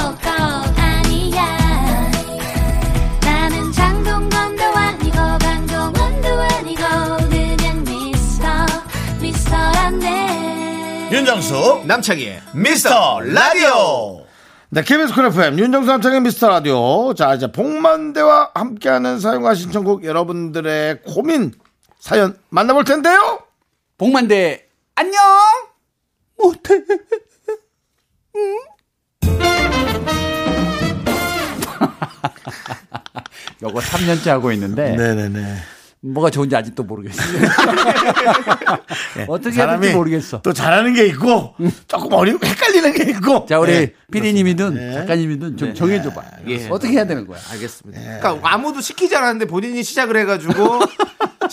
Speaker 7: 윤정수
Speaker 2: 남창희의
Speaker 7: 미스터 라디오
Speaker 1: 네, KBS 쿨 FM, 윤정수 남창의 미스터 라디오. 자, 이제 복만대와 함께하는 사연과 신청곡 여러분들의 고민, 사연 만나볼 텐데요.
Speaker 5: 복만대 안녕 못해 음? [laughs] 요거 3년째 하고 있는데
Speaker 1: 네네네.
Speaker 5: 뭐가 좋은지 아직도
Speaker 2: [laughs]
Speaker 5: 모르겠어. 어떻게 해야 될지 모르겠어. 음.
Speaker 1: 또 잘하는 게 있고, 조금 어리고 헷갈리는 게 있고.
Speaker 5: 자 우리
Speaker 1: 네.
Speaker 5: 피디님이든 작가님이든 좀 정해줘봐.
Speaker 2: 알겠습니다.
Speaker 5: 어떻게 해야 되는 거야?
Speaker 2: 네. 아, 예. 알겠습니다. 그러니까 아무도 시키지 않았는데 본인이 시작을 [laughs] 해가지고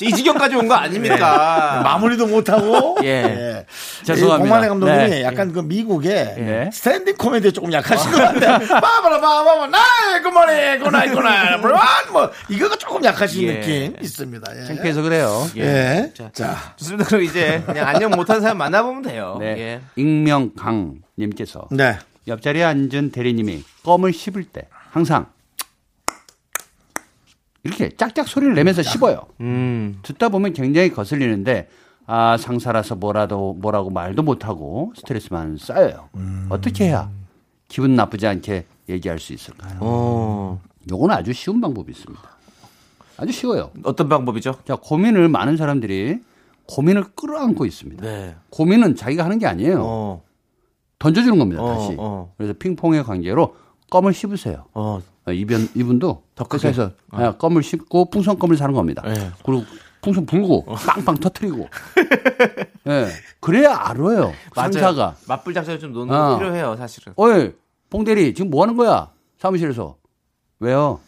Speaker 2: 이 지경까지 온 거 아닙니까?
Speaker 1: 네. 마무리도 못하고.
Speaker 5: 그러니까. [laughs] 예.
Speaker 1: 예.
Speaker 5: 죄송합니다.
Speaker 1: 공만의 감독님이
Speaker 5: 네.
Speaker 1: 약간 그 미국의
Speaker 5: 예.
Speaker 1: 스탠딩 코미디에 조금 약하신 것 같아요. [laughs] 빠바라 빠바라 나이 굿모닝 굿나잇 굿나잇 브라운 뭐 이거가 조금 약하신
Speaker 2: 예.
Speaker 1: 느낌 있습니다. 예.
Speaker 5: 창피해서 그래요.
Speaker 1: 예. 자.
Speaker 2: 좋습니다. 그럼 이제 그냥 안녕 못한 사람 만나보면 돼요.
Speaker 5: 네.
Speaker 2: 예.
Speaker 5: 익명강님께서
Speaker 1: 네.
Speaker 5: 옆자리에 앉은 대리님이 껌을 씹을 때 항상 이렇게 짝짝 소리를
Speaker 2: 음.
Speaker 5: 내면서 씹어요. 듣다 보면 굉장히 거슬리는데 아 상사라서 뭐라도 뭐라고 말도 못하고 스트레스만 쌓여요.
Speaker 2: 음.
Speaker 5: 어떻게 해야 기분 나쁘지 않게 얘기할 수 있을까요?
Speaker 2: 어.
Speaker 5: 요거는 아주 쉬운 방법이 있습니다. 아주 쉬워요.
Speaker 2: 어떤 방법이죠?
Speaker 5: 자, 고민을 많은 사람들이 고민을 끌어안고 있습니다. 고민은 자기가 하는 게 아니에요.
Speaker 2: 네. 어.
Speaker 5: 던져주는 겁니다, 다시.
Speaker 2: 어.
Speaker 5: 그래서 핑퐁의 관계로 껌을 씹으세요.
Speaker 2: 어.
Speaker 5: 어, 이변, 이분도 회사에서 아, 껌을 씹고 풍선 껌을 사는 겁니다.
Speaker 2: 예.
Speaker 5: 그리고 풍선 불고
Speaker 2: 어. [laughs]
Speaker 5: 빵빵 터트리고. 예. 그래야 알아요. 만사가.
Speaker 2: 맞불 잡사를 좀 노는
Speaker 5: 어.
Speaker 2: 거 필요해요, 사실은.
Speaker 5: 어이, 봉대리, 지금 뭐 하는 거야? 사무실에서. 왜요?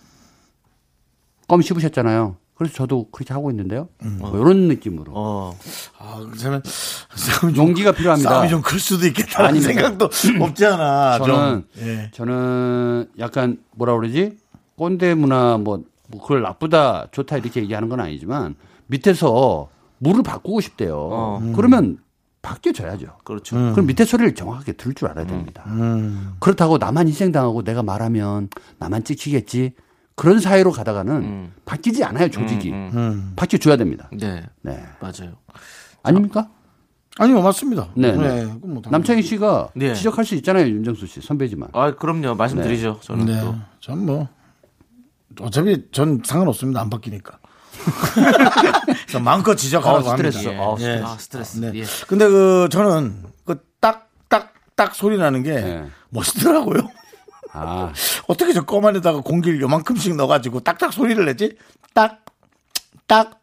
Speaker 5: 껌 씹으셨잖아요. 그래서 저도 그렇게 하고 있는데요. 뭐 이런 느낌으로.
Speaker 2: 음. 어.
Speaker 1: 아, 그러면 싸움이 좀,
Speaker 5: 용기가 필요합니다.
Speaker 1: 싸움이 좀 클 수도 있겠다는
Speaker 5: 아닙니다.
Speaker 1: 생각도 없지 않아.
Speaker 5: 저는
Speaker 1: 좀. 예.
Speaker 5: 저는 약간 뭐라 그러지 꼰대 문화 뭐, 뭐 그걸 나쁘다 좋다 이렇게 얘기하는 건 아니지만 밑에서 물을 바꾸고 싶대요.
Speaker 1: 음.
Speaker 5: 그러면 바뀌어줘야죠.
Speaker 2: 어. 그렇죠. 음.
Speaker 5: 그럼 밑에 소리를 정확하게 들 줄 알아야 됩니다.
Speaker 1: 음.
Speaker 5: 그렇다고 나만 희생당하고 내가 말하면 나만 찍히겠지 그런 사회로 가다가는
Speaker 2: 음.
Speaker 5: 바뀌지 않아요 조직이
Speaker 1: 음.
Speaker 5: 바뀌어줘야 됩니다.
Speaker 2: 네.
Speaker 5: 네
Speaker 2: 맞아요.
Speaker 5: 아닙니까?
Speaker 1: 아니요, 맞습니다.
Speaker 5: 네, 네.
Speaker 1: 그건 뭐 당연히.
Speaker 5: 남창희 씨가
Speaker 2: 네.
Speaker 5: 지적할 수 있잖아요 윤정수 씨 선배지만
Speaker 2: 아, 그럼요. 말씀드리죠. 저는
Speaker 1: 네.
Speaker 2: 또.
Speaker 1: 전 뭐. 어차피 전 상관없습니다. 안 바뀌니까. 저 마음껏 지적하라고
Speaker 5: 어, 스트레스.
Speaker 1: 합니다.
Speaker 5: 어,
Speaker 1: 예.
Speaker 2: 아, 스트레스.
Speaker 1: 네.
Speaker 2: 예.
Speaker 1: 근데 그 저는 그 딱, 딱, 딱 소리 나는 게
Speaker 5: 예.
Speaker 1: 멋있더라고요.
Speaker 5: 아
Speaker 1: [laughs] 어떻게 저 껌 안에다가 공기를 요만큼씩 넣어가지고 딱딱 소리를 내지? 딱, 딱,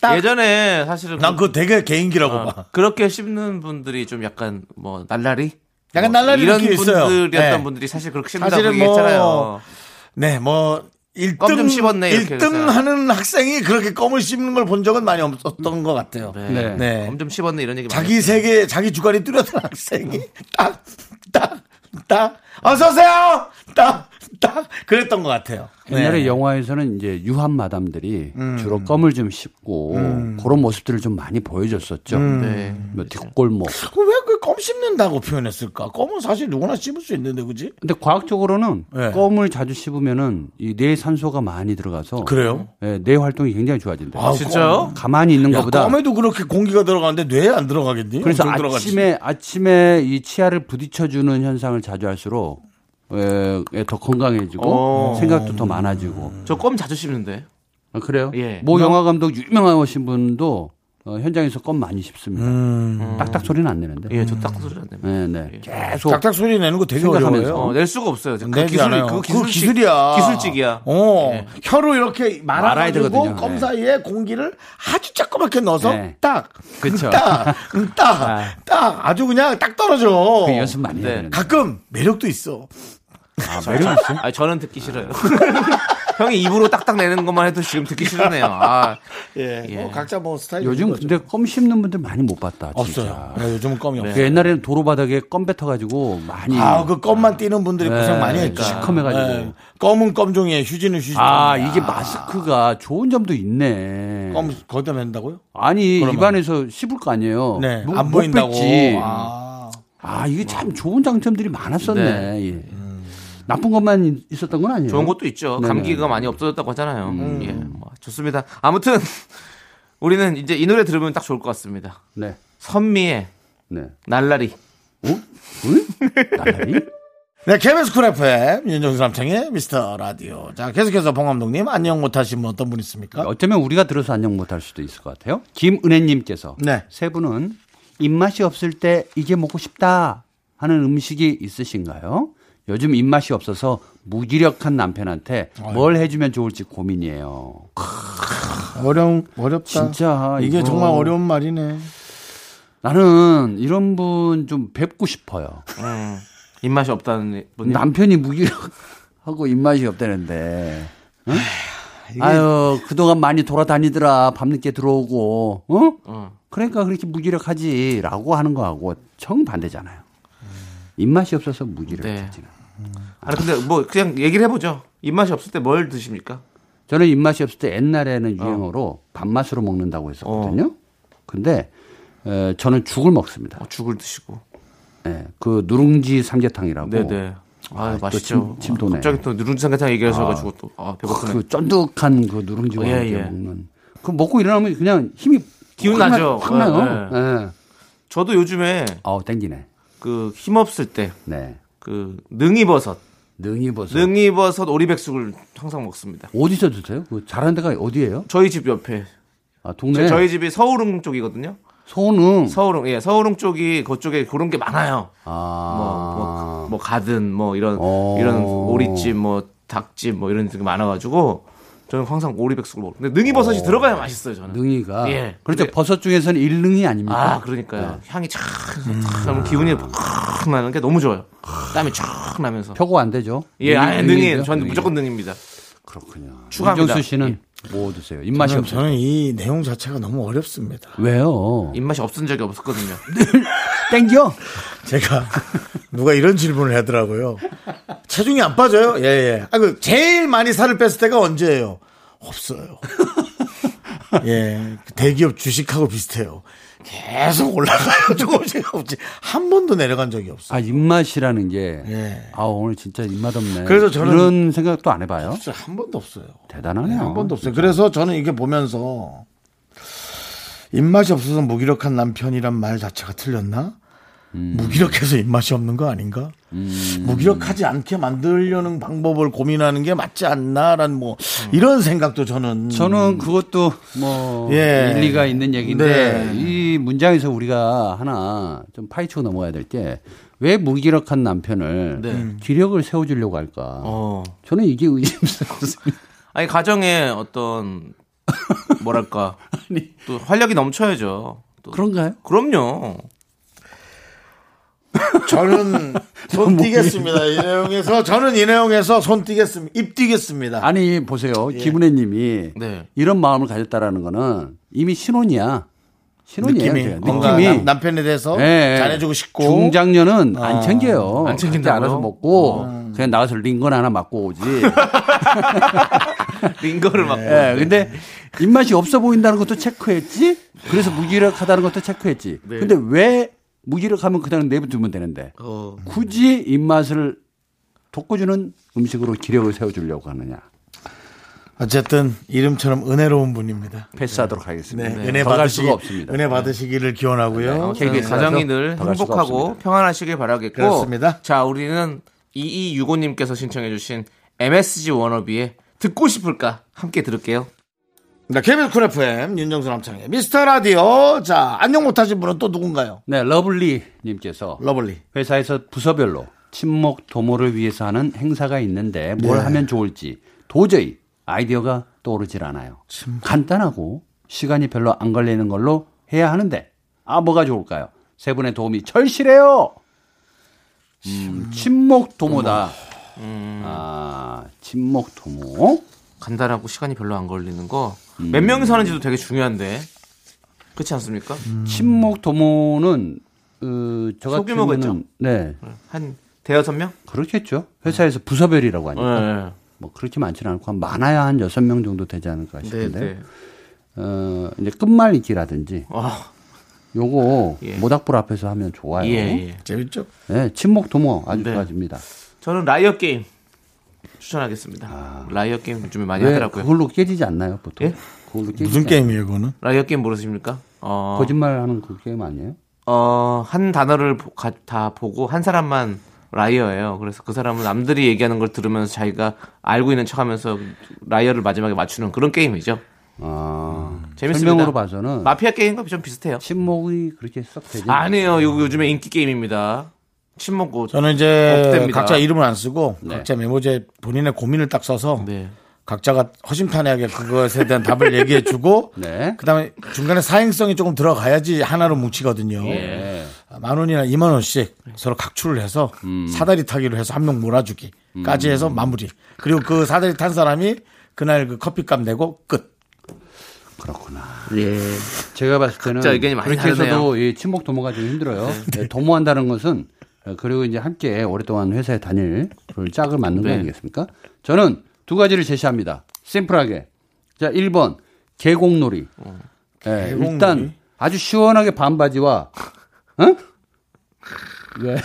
Speaker 1: 딱.
Speaker 2: 예전에 사실은
Speaker 1: 난 그거 되게 개인기라고
Speaker 2: 어,
Speaker 1: 봐.
Speaker 2: 그렇게 씹는 분들이 좀 약간 뭐 날라리
Speaker 1: 약간
Speaker 2: 뭐
Speaker 1: 날라리
Speaker 2: 이런
Speaker 1: 느낌이 있어요.
Speaker 2: 분들이었던
Speaker 1: 네.
Speaker 2: 분들이 사실 그렇게 씹는다고
Speaker 1: 사실은 뭐
Speaker 2: 얘기했잖아요.
Speaker 1: 네, 뭐. 1등,
Speaker 2: 껌좀 씹었네, 이렇게
Speaker 1: 1등
Speaker 2: 그래서.
Speaker 1: 하는 학생이 그렇게 껌을 씹는 걸 본 적은 많이 없었던 것 같아요.
Speaker 5: 네.
Speaker 1: 네.
Speaker 2: 엄좀 씹었네 이런 얘기 많이
Speaker 1: 자기 세계, 자기 주관이 뚜렷한 학생이 딱, 딱, 딱, 어서오세요! 딱, 딱, 그랬던 것 같아요. 네. 음.
Speaker 5: 옛날에 영화에서는 이제 유한 마담들이 주로 껌을 좀 씹고 그런 모습들을 좀 많이 보여줬었죠.
Speaker 1: 음. 네,
Speaker 5: 뭐 뒷골목.
Speaker 1: 왜그껌 씹는다고 표현했을까? 껌은 사실 누구나 씹을 수 있는데, 그지?
Speaker 5: 근데 과학적으로는
Speaker 1: 네.
Speaker 5: 껌을 자주 씹으면은 이 뇌 산소가 많이 들어가서
Speaker 1: 그래요?
Speaker 5: 예, 뇌 활동이 굉장히 좋아진다.
Speaker 1: 아,
Speaker 2: 진짜요?
Speaker 5: 가만히 있는
Speaker 1: 야,
Speaker 5: 것보다
Speaker 1: 껌에도 그렇게 공기가 들어가는데 뇌에 안 들어가겠니?
Speaker 5: 그래서
Speaker 1: 엄청 들어가지.
Speaker 5: 아침에 아침에 이 치아를 부딪혀 주는 현상을 자주 할수록 예, 예, 더 건강해지고
Speaker 1: 어.
Speaker 5: 생각도 더 많아지고
Speaker 2: 저껌 자주 씹는데.
Speaker 5: 아, 그래요?
Speaker 2: 예.
Speaker 5: 모 영화 감독 유명하신 분도 어, 현장에서 껌 많이 씹습니다.
Speaker 1: 음.
Speaker 5: 딱딱 소리는 안 내는데.
Speaker 2: 음. 예, 저 딱 소리 안 냅니다.
Speaker 5: 네, 네. 계속
Speaker 1: 딱딱 소리 내는 거 되게
Speaker 5: 생각하면서.
Speaker 1: 어려워요.
Speaker 2: 어, 낼 수가 없어요. 그
Speaker 1: 내지
Speaker 2: 기술이
Speaker 1: 않아요.
Speaker 2: 그
Speaker 1: 그거
Speaker 2: 기술직,
Speaker 1: 기술이야.
Speaker 2: 기술직이야.
Speaker 1: 어, 혀로 이렇게
Speaker 5: 예. 말아야
Speaker 1: 말아가지고
Speaker 5: 되거든요.
Speaker 1: 껌
Speaker 5: 네.
Speaker 1: 사이에 공기를 아주 조그맣게 넣어서
Speaker 5: 네.
Speaker 1: 딱,
Speaker 5: 그쵸.
Speaker 1: 딱, 음, 딱, 딱, 아주 그냥 딱 떨어져.
Speaker 5: 그 연습 많이
Speaker 2: 네.
Speaker 5: 해야 되는데.
Speaker 1: 가끔 매력도 있어.
Speaker 2: 아, 저는 듣기 싫어요. [laughs] 형이 입으로 딱딱 내는 것만 해도 지금 듣기 싫네요. 아,
Speaker 1: 예, 뭐 각자 뭐 스타일.
Speaker 5: 요즘 근데 껌 씹는 분들 많이 못 봤다. 진짜.
Speaker 1: 없어요. 네, 요즘은 껌이
Speaker 5: 그
Speaker 1: 없어요.
Speaker 5: 옛날에는 도로 바닥에 껌 뱉어 가지고 많이
Speaker 1: 아, 그 껌만 띄는 분들이 고생 많이 했다.
Speaker 5: 네. 시커매가지고.
Speaker 1: 껌은 껌종이에 휴지는 휴지.
Speaker 5: 아, 이게 마스크가 좋은 점도 있네.
Speaker 1: 껌 거기다 맨다고요?
Speaker 5: 아니,
Speaker 1: 그러면.
Speaker 5: 입안에서 씹을 거 아니에요.
Speaker 1: 네,
Speaker 5: 뭐 못-
Speaker 1: 안
Speaker 5: 못
Speaker 1: 보인다고.
Speaker 5: 뱉지. 아.
Speaker 1: 아.
Speaker 5: 이게 참 좋은 장점들이 많았었네.
Speaker 2: 네.
Speaker 5: 예.
Speaker 1: 음.
Speaker 5: 나쁜 것만 있- 있었던 건 아니에요.
Speaker 2: 좋은 것도 있죠.
Speaker 5: 네네. 음.
Speaker 2: 감기가 많이 없어졌다고 하잖아요. 예, 뭐, 좋습니다. 아무튼 우리는 이제 이 노래 들으면 딱 좋을 것 같습니다.
Speaker 5: 네.
Speaker 2: 선미의
Speaker 5: 네.
Speaker 2: 날라리.
Speaker 5: 응? 나날이?
Speaker 1: 네, KBS 쿨 FM, 윤정수 남창의 미스터 라디오. 자, 계속해서 봉 감독님, 안녕 못하신 분 어떤 분 있습니까?
Speaker 5: 어쩌면 우리가 들어서 안녕 못할 수도 있을 것 같아요. 김은혜님께서
Speaker 1: 네.
Speaker 5: 세 분은 입맛이 없을 때 이게 먹고 싶다 하는 음식이 있으신가요? 요즘 입맛이 없어서 무기력한 남편한테 뭘 해주면 좋을지 고민이에요.
Speaker 1: 어려운, 어렵다. 아,
Speaker 5: 진짜,
Speaker 1: 이게
Speaker 5: 이거.
Speaker 1: 정말 어려운 말이네.
Speaker 5: 나는 이런 분 좀 뵙고 싶어요.
Speaker 2: 입맛이 없다는 분이.
Speaker 5: 남편이 무기력하고 입맛이 없다는데. 응? 아유, 그동안 많이 돌아다니더라. 밤늦게 들어오고. 어? 그러니까 그렇게 무기력하지. 라고 하는 거하고 정반대잖아요.
Speaker 2: 음.
Speaker 5: 입맛이 없어서
Speaker 2: 네.
Speaker 5: 무기력해지는.
Speaker 2: 아 근데 뭐 그냥 얘기를 해보죠. 입맛이 없을 때 뭘 드십니까?
Speaker 5: 저는 입맛이 없을 때 옛날에는 유행어로 밥맛으로 먹는다고 했었거든요. 근데 에, 저는 죽을 먹습니다.
Speaker 2: 어, 죽을 드시고.
Speaker 5: 예, 그 누룽지 삼계탕이라고.
Speaker 2: 네네. 아,
Speaker 5: 아,
Speaker 2: 맛있죠.
Speaker 5: 또 침- 침 도네.
Speaker 2: 갑자기 또 누룽지 삼계탕 얘기하셔가지고 또 아, 배고프네.
Speaker 5: 그 쫀득한 그 누룽지와
Speaker 2: 어, 예,
Speaker 5: 함께
Speaker 2: 예.
Speaker 5: 먹는. 그 먹고 일어나면 그냥 힘이
Speaker 2: 기운
Speaker 5: 확 나-
Speaker 2: 나죠.
Speaker 5: 확
Speaker 2: 네,
Speaker 5: 나요.
Speaker 2: 네.
Speaker 5: 예.
Speaker 2: 저도 요즘에
Speaker 5: 어 땡기네.
Speaker 2: 그 힘 없을
Speaker 5: 네.
Speaker 2: 때 그 능이버섯,
Speaker 5: 능이버섯.
Speaker 2: 능이버섯 오리백숙을 항상 먹습니다.
Speaker 5: 어디서 드세요? 그 잘하는 데가 어디예요?
Speaker 2: 저희 집 옆에
Speaker 5: 아, 동네.
Speaker 2: 저희 집이 서울흥 쪽이거든요.
Speaker 5: 소는
Speaker 2: 서울흥 예, 서울흥 쪽이 그쪽에 그런 게 많아요.
Speaker 5: 아.
Speaker 2: 뭐, 뭐, 뭐 가든 뭐 이런
Speaker 5: 어.
Speaker 2: 이런 오리집 뭐 닭집 뭐 이런 데가 많아가지고 저는 항상 오리백숙을 먹어요. 근데 능이버섯이 들어가야 맛있어요 저는.
Speaker 5: 능이가.
Speaker 2: 예.
Speaker 5: 그렇죠.
Speaker 2: 근데-
Speaker 5: 버섯 중에서는 일능이 아닙니까?
Speaker 2: 아 그러니까요.
Speaker 5: 네.
Speaker 2: 향이 촥
Speaker 5: 음.
Speaker 2: 나면 기운이 팍 나는 게 너무 좋아요. 땀이 촥 나면서.
Speaker 5: 표고 안 되죠.
Speaker 2: 예, 아예 능이에요.
Speaker 5: 능이죠?
Speaker 2: 저는
Speaker 5: 능이.
Speaker 2: 무조건 능입니다.
Speaker 5: 그렇군요.
Speaker 2: 추가합니다. 예.
Speaker 5: 정수 씨는 뭐 드세요? 입맛이 없어요.
Speaker 1: 저는 이 내용 자체가 너무 어렵습니다.
Speaker 5: 왜요?
Speaker 1: 예.
Speaker 2: 입맛이 없은 적이 없었거든요.
Speaker 5: 네. 땡겨.
Speaker 1: 제가 [laughs] 누가 이런 질문을 하더라고요. 체중이 안 빠져요? 예, 예. 아, 그 제일 많이 살을 뺐을 때가 언제예요? 없어요. [laughs] 예. 그 대기업 주식하고 비슷해요. 계속 올라가요. [laughs] 조금씩 없지. 한 번도 내려간 적이 없어요.
Speaker 5: 아 입맛이라는 게.
Speaker 1: 예.
Speaker 5: 아 오늘 진짜 입맛 없네.
Speaker 1: 그래서 저는-
Speaker 5: 이런 생각도 안 해봐요.
Speaker 1: 진짜 한 번도 없어요.
Speaker 5: 대단하네요.
Speaker 1: 한 번도 없어요. 그래서 저는 이게 보면서 입맛이 없어서 무기력한 남편이란 말 자체가 틀렸나?
Speaker 5: 음.
Speaker 1: 무기력해서 입맛이 없는 거 아닌가? 무기력하지 않게 만들려는 방법을 고민하는 게 맞지 않나라는 뭐 이런 생각도 저는
Speaker 5: 저는 그것도 음. 뭐
Speaker 1: 예.
Speaker 5: 일리가 있는 얘기인데
Speaker 1: 네.
Speaker 5: 이 문장에서 우리가 하나 좀 파헤치고 넘어가야 될 게 왜 무기력한 남편을 기력을 세워주려고 할까?
Speaker 2: 어.
Speaker 5: 저는 이게 [laughs] 의심스럽습니다.
Speaker 2: 아니 가정에 어떤 뭐랄까 또 활력이 넘쳐야죠. 또
Speaker 5: 그런가요?
Speaker 2: 그럼요.
Speaker 5: [laughs]
Speaker 1: 저는 손 띄겠습니다. 이 내용에서 저는 이 내용에서 손 띄겠습니다. 입 띄겠습니다.
Speaker 5: 아니 보세요, 김은혜님이
Speaker 2: 네.
Speaker 5: 이런 마음을 가졌다라는 거는 이미 신혼이야. 신혼이에요.
Speaker 1: 느낌이
Speaker 5: 그냥.
Speaker 1: 뭔가
Speaker 5: 느낌이.
Speaker 1: 남, 편에 대해서
Speaker 5: 예, 예.
Speaker 1: 잘해주고 싶고
Speaker 5: 중장년은 안 챙겨요.
Speaker 2: 안 챙긴다고요?
Speaker 5: 그때 알아서 먹고 그냥 나가서 링건 하나 맞고 오지.
Speaker 2: 링거를 막.
Speaker 5: 예, 근데 입맛이 없어 보인다는 것도 체크했지. 그래서 무기력하다는 것도 체크했지.
Speaker 1: 네.
Speaker 5: 근데 왜 무기력하면 그냥 내버두면 되는데
Speaker 2: 어.
Speaker 5: 굳이 입맛을 돋궈주는 음식으로 기력을 세워주려고 하느냐.
Speaker 1: 어쨌든 이름처럼 은혜로운 분입니다.
Speaker 5: 패스하도록 하겠습니다.
Speaker 1: 네,
Speaker 5: 네.
Speaker 1: 은혜
Speaker 5: 더갈
Speaker 1: 받으시기
Speaker 5: 수가 없습니다.
Speaker 1: 은혜 받으시기를 기원하고요.
Speaker 2: 저는
Speaker 5: KBS 라디오
Speaker 2: 가정이 늘
Speaker 5: 더갈 수가
Speaker 2: 행복하고
Speaker 5: 없습니다.
Speaker 2: 평안하시길 바라겠고.
Speaker 1: 그렇습니다.
Speaker 2: 자, 우리는 2265님께서 신청해주신 MSG 워너비의 듣고 싶을까 함께 들을게요.
Speaker 1: 네, KBS 쿨 FM 윤정수 남창의 미스터 라디오. 자, 안녕 못하신 분은 또 누군가요?
Speaker 5: 네, 러블리님께서
Speaker 1: 러블리.
Speaker 5: 회사에서 부서별로 친목 도모를 위해서 하는 행사가 있는데
Speaker 2: 네.
Speaker 5: 뭘 하면 좋을지 도저히 아이디어가 떠오르질 않아요. 간단하고 시간이 별로 안 걸리는 걸로 해야 하는데 아 뭐가 좋을까요? 세 분의 도움이 절실해요. 음, 친목 도모다. 아 친목 도모.
Speaker 2: 간단하고 시간이 별로 안 걸리는 거. 몇 명이서 하는지도 되게 중요한데. 그렇지 않습니까?
Speaker 5: 음. 친목 도모는 어, 저 같은
Speaker 2: 음. 소규모겠죠?
Speaker 5: 경우는 네
Speaker 2: 한 대여섯 명?
Speaker 5: 그렇겠죠. 회사에서 부서별이라고 하니까.
Speaker 2: 네.
Speaker 5: 뭐 그렇게 많지는 않고 한 많아야 한 여섯 명 정도 되지 않을까
Speaker 2: 네,
Speaker 5: 싶은데
Speaker 2: 네.
Speaker 5: 어, 이제 끝말잇기라든지
Speaker 2: 아,
Speaker 5: 요거
Speaker 2: 예.
Speaker 5: 모닥불 앞에서 하면 좋아요.
Speaker 2: 예, 예.
Speaker 1: 재밌죠?
Speaker 5: 네, 침묵 도모 아주
Speaker 2: 네.
Speaker 5: 좋아집니다.
Speaker 2: 저는 라이어 게임 추천하겠습니다.
Speaker 5: 아.
Speaker 2: 라이어 게임 요즘에 많이
Speaker 5: 왜
Speaker 2: 하더라고요.
Speaker 5: 그걸로 깨지지 않나요 보통?
Speaker 2: 예?
Speaker 5: 그걸로 깨지지
Speaker 1: 무슨 게임이에요, 그거는?
Speaker 2: 뭐 라이어 게임 모르십니까? 어,
Speaker 5: 않- 거짓말하는 그 게임 아니에요?
Speaker 2: 어, 한 단어를 보- 가- 다 보고 한 사람만 라이어예요. 그래서 그 사람은 남들이 얘기하는 걸 들으면서 자기가 알고 있는 척하면서 라이어를 마지막에 맞추는 그런 게임이죠.
Speaker 5: 아,
Speaker 2: 음. 재밌습니다.
Speaker 5: 설명으로 봐서는
Speaker 2: 마피아 게임과 좀 비슷해요.
Speaker 5: 침묵이 그렇게 썩 되지. 않-
Speaker 2: 아니에요. 이거 요즘에 인기 게임입니다. 침묵고
Speaker 1: 저는 이제
Speaker 2: 업됩니다.
Speaker 1: 각자 이름을 안 쓰고 각자 메모지에 본인의 고민을 딱 써서
Speaker 2: 네.
Speaker 1: 각자가 허심탄회하게 그것에 대한 답을 [laughs] 얘기해 주고
Speaker 5: 네.
Speaker 1: 그다음에 중간에 사행성이 조금 들어가야지 하나로 뭉치거든요.
Speaker 2: 예.
Speaker 1: 아, 만 원이나 2만 원씩 서로 각출을 해서
Speaker 2: 음.
Speaker 1: 사다리 타기로 해서 한 명 몰아주기까지 해서 마무리. 그리고 그 사다리 탄 사람이 그날 그 커피값 내고 끝.
Speaker 2: 예.
Speaker 5: 제가 봤을 때는
Speaker 2: 각자 의견이 많이
Speaker 5: 그렇게 해서도
Speaker 2: 다르네요. 네.
Speaker 5: 이 친목 도모가 좀 힘들어요. 예, 도모한다는 것은 어, 그리고 이제 함께 오랫동안 회사에 다닐 그걸 짝을 만든 거
Speaker 2: 네.
Speaker 5: 아니겠습니까? 저는 두 가지를 제시합니다. 심플하게. 자, 1번 계곡놀이.
Speaker 2: 어.
Speaker 5: 예,
Speaker 1: 계곡놀이?
Speaker 5: 일단 아주 시원하게 반바지와 응? 왜?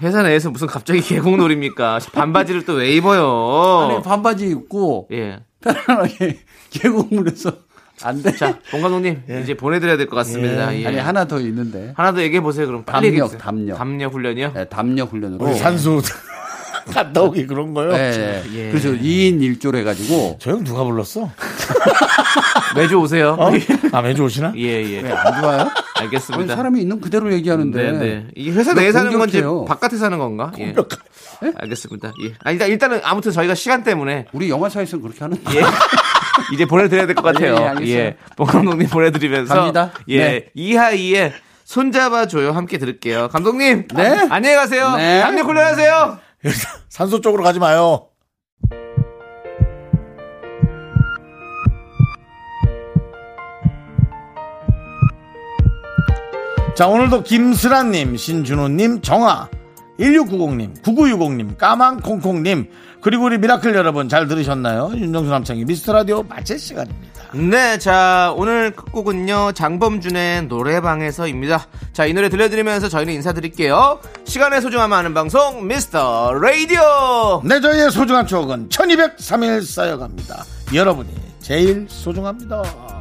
Speaker 2: 회사 내에서 무슨 갑자기 계곡놀입니까? [laughs] 반바지를 또 왜
Speaker 5: 아니
Speaker 2: 입어요?
Speaker 5: 반바지 입고
Speaker 2: 예.
Speaker 5: 편안하게 [laughs] 계곡물에서 안 돼.
Speaker 2: 자, 본 감독님 이제 보내드려야 될 것 같습니다. 예.
Speaker 5: 예. 아니 하나 더 있는데
Speaker 2: 하나 더 얘기해 보세요. 그럼 빨리
Speaker 5: 담력,
Speaker 2: 얘기해 보세요.
Speaker 5: 담력.
Speaker 2: 담력 훈련이요.
Speaker 5: 예, 담력 훈련으로.
Speaker 1: 우리 산소 [laughs] 갔다 오기 그런 거요.
Speaker 2: 네.
Speaker 5: 예, 예. 그래서 2인 1조로 해가지고
Speaker 1: 저 형 누가 불렀어?
Speaker 2: 매주 오세요.
Speaker 1: 어? 아 매주 오시나?
Speaker 2: 예, 예.
Speaker 5: 네, 안 좋아요? 아니,
Speaker 2: 알겠습니다.
Speaker 5: 사람이 있는 그대로 얘기하는데
Speaker 2: 네, 네. 이게 회사 내에 사는 건지
Speaker 5: 공격해요.
Speaker 2: 바깥에 사는 건가? 예. 알겠습니다. 예. 아, 일단 일단은 아무튼 저희가 시간 때문에
Speaker 5: 우리 영화사에서는 그렇게 하는
Speaker 2: 예. 이제 보내드려야 될 것 같아요.
Speaker 5: 예, 예, 알겠어요.
Speaker 2: 예. 봉 감독님 보내드리면서
Speaker 5: 갑니다.
Speaker 2: 예.
Speaker 5: 네.
Speaker 2: 이하이의 손잡아줘요. 함께 들을게요. 감독님.
Speaker 5: 네.
Speaker 2: 안녕히 가세요.
Speaker 5: 네.
Speaker 2: 담력 훈련하세요.
Speaker 1: 산소 쪽으로 가지 마요. 자, 오늘도 김슬아님, 신준호님, 정아, 1690님, 9960님, 까망콩콩님, 그리고 우리 미라클 여러분 잘 들으셨나요? 윤정수 남창희 미스터라디오 마칠 시간입니다.
Speaker 2: 네, 자, 오늘 끝곡은요, 장범준의 노래방에서입니다. 자, 이 노래 들려드리면서 저희는 인사드릴게요. 시간의 소중함 아는 방송, 미스터 라디오!
Speaker 1: 네, 저희의 소중한 추억은 1203일 쌓여갑니다. 여러분이 제일 소중합니다.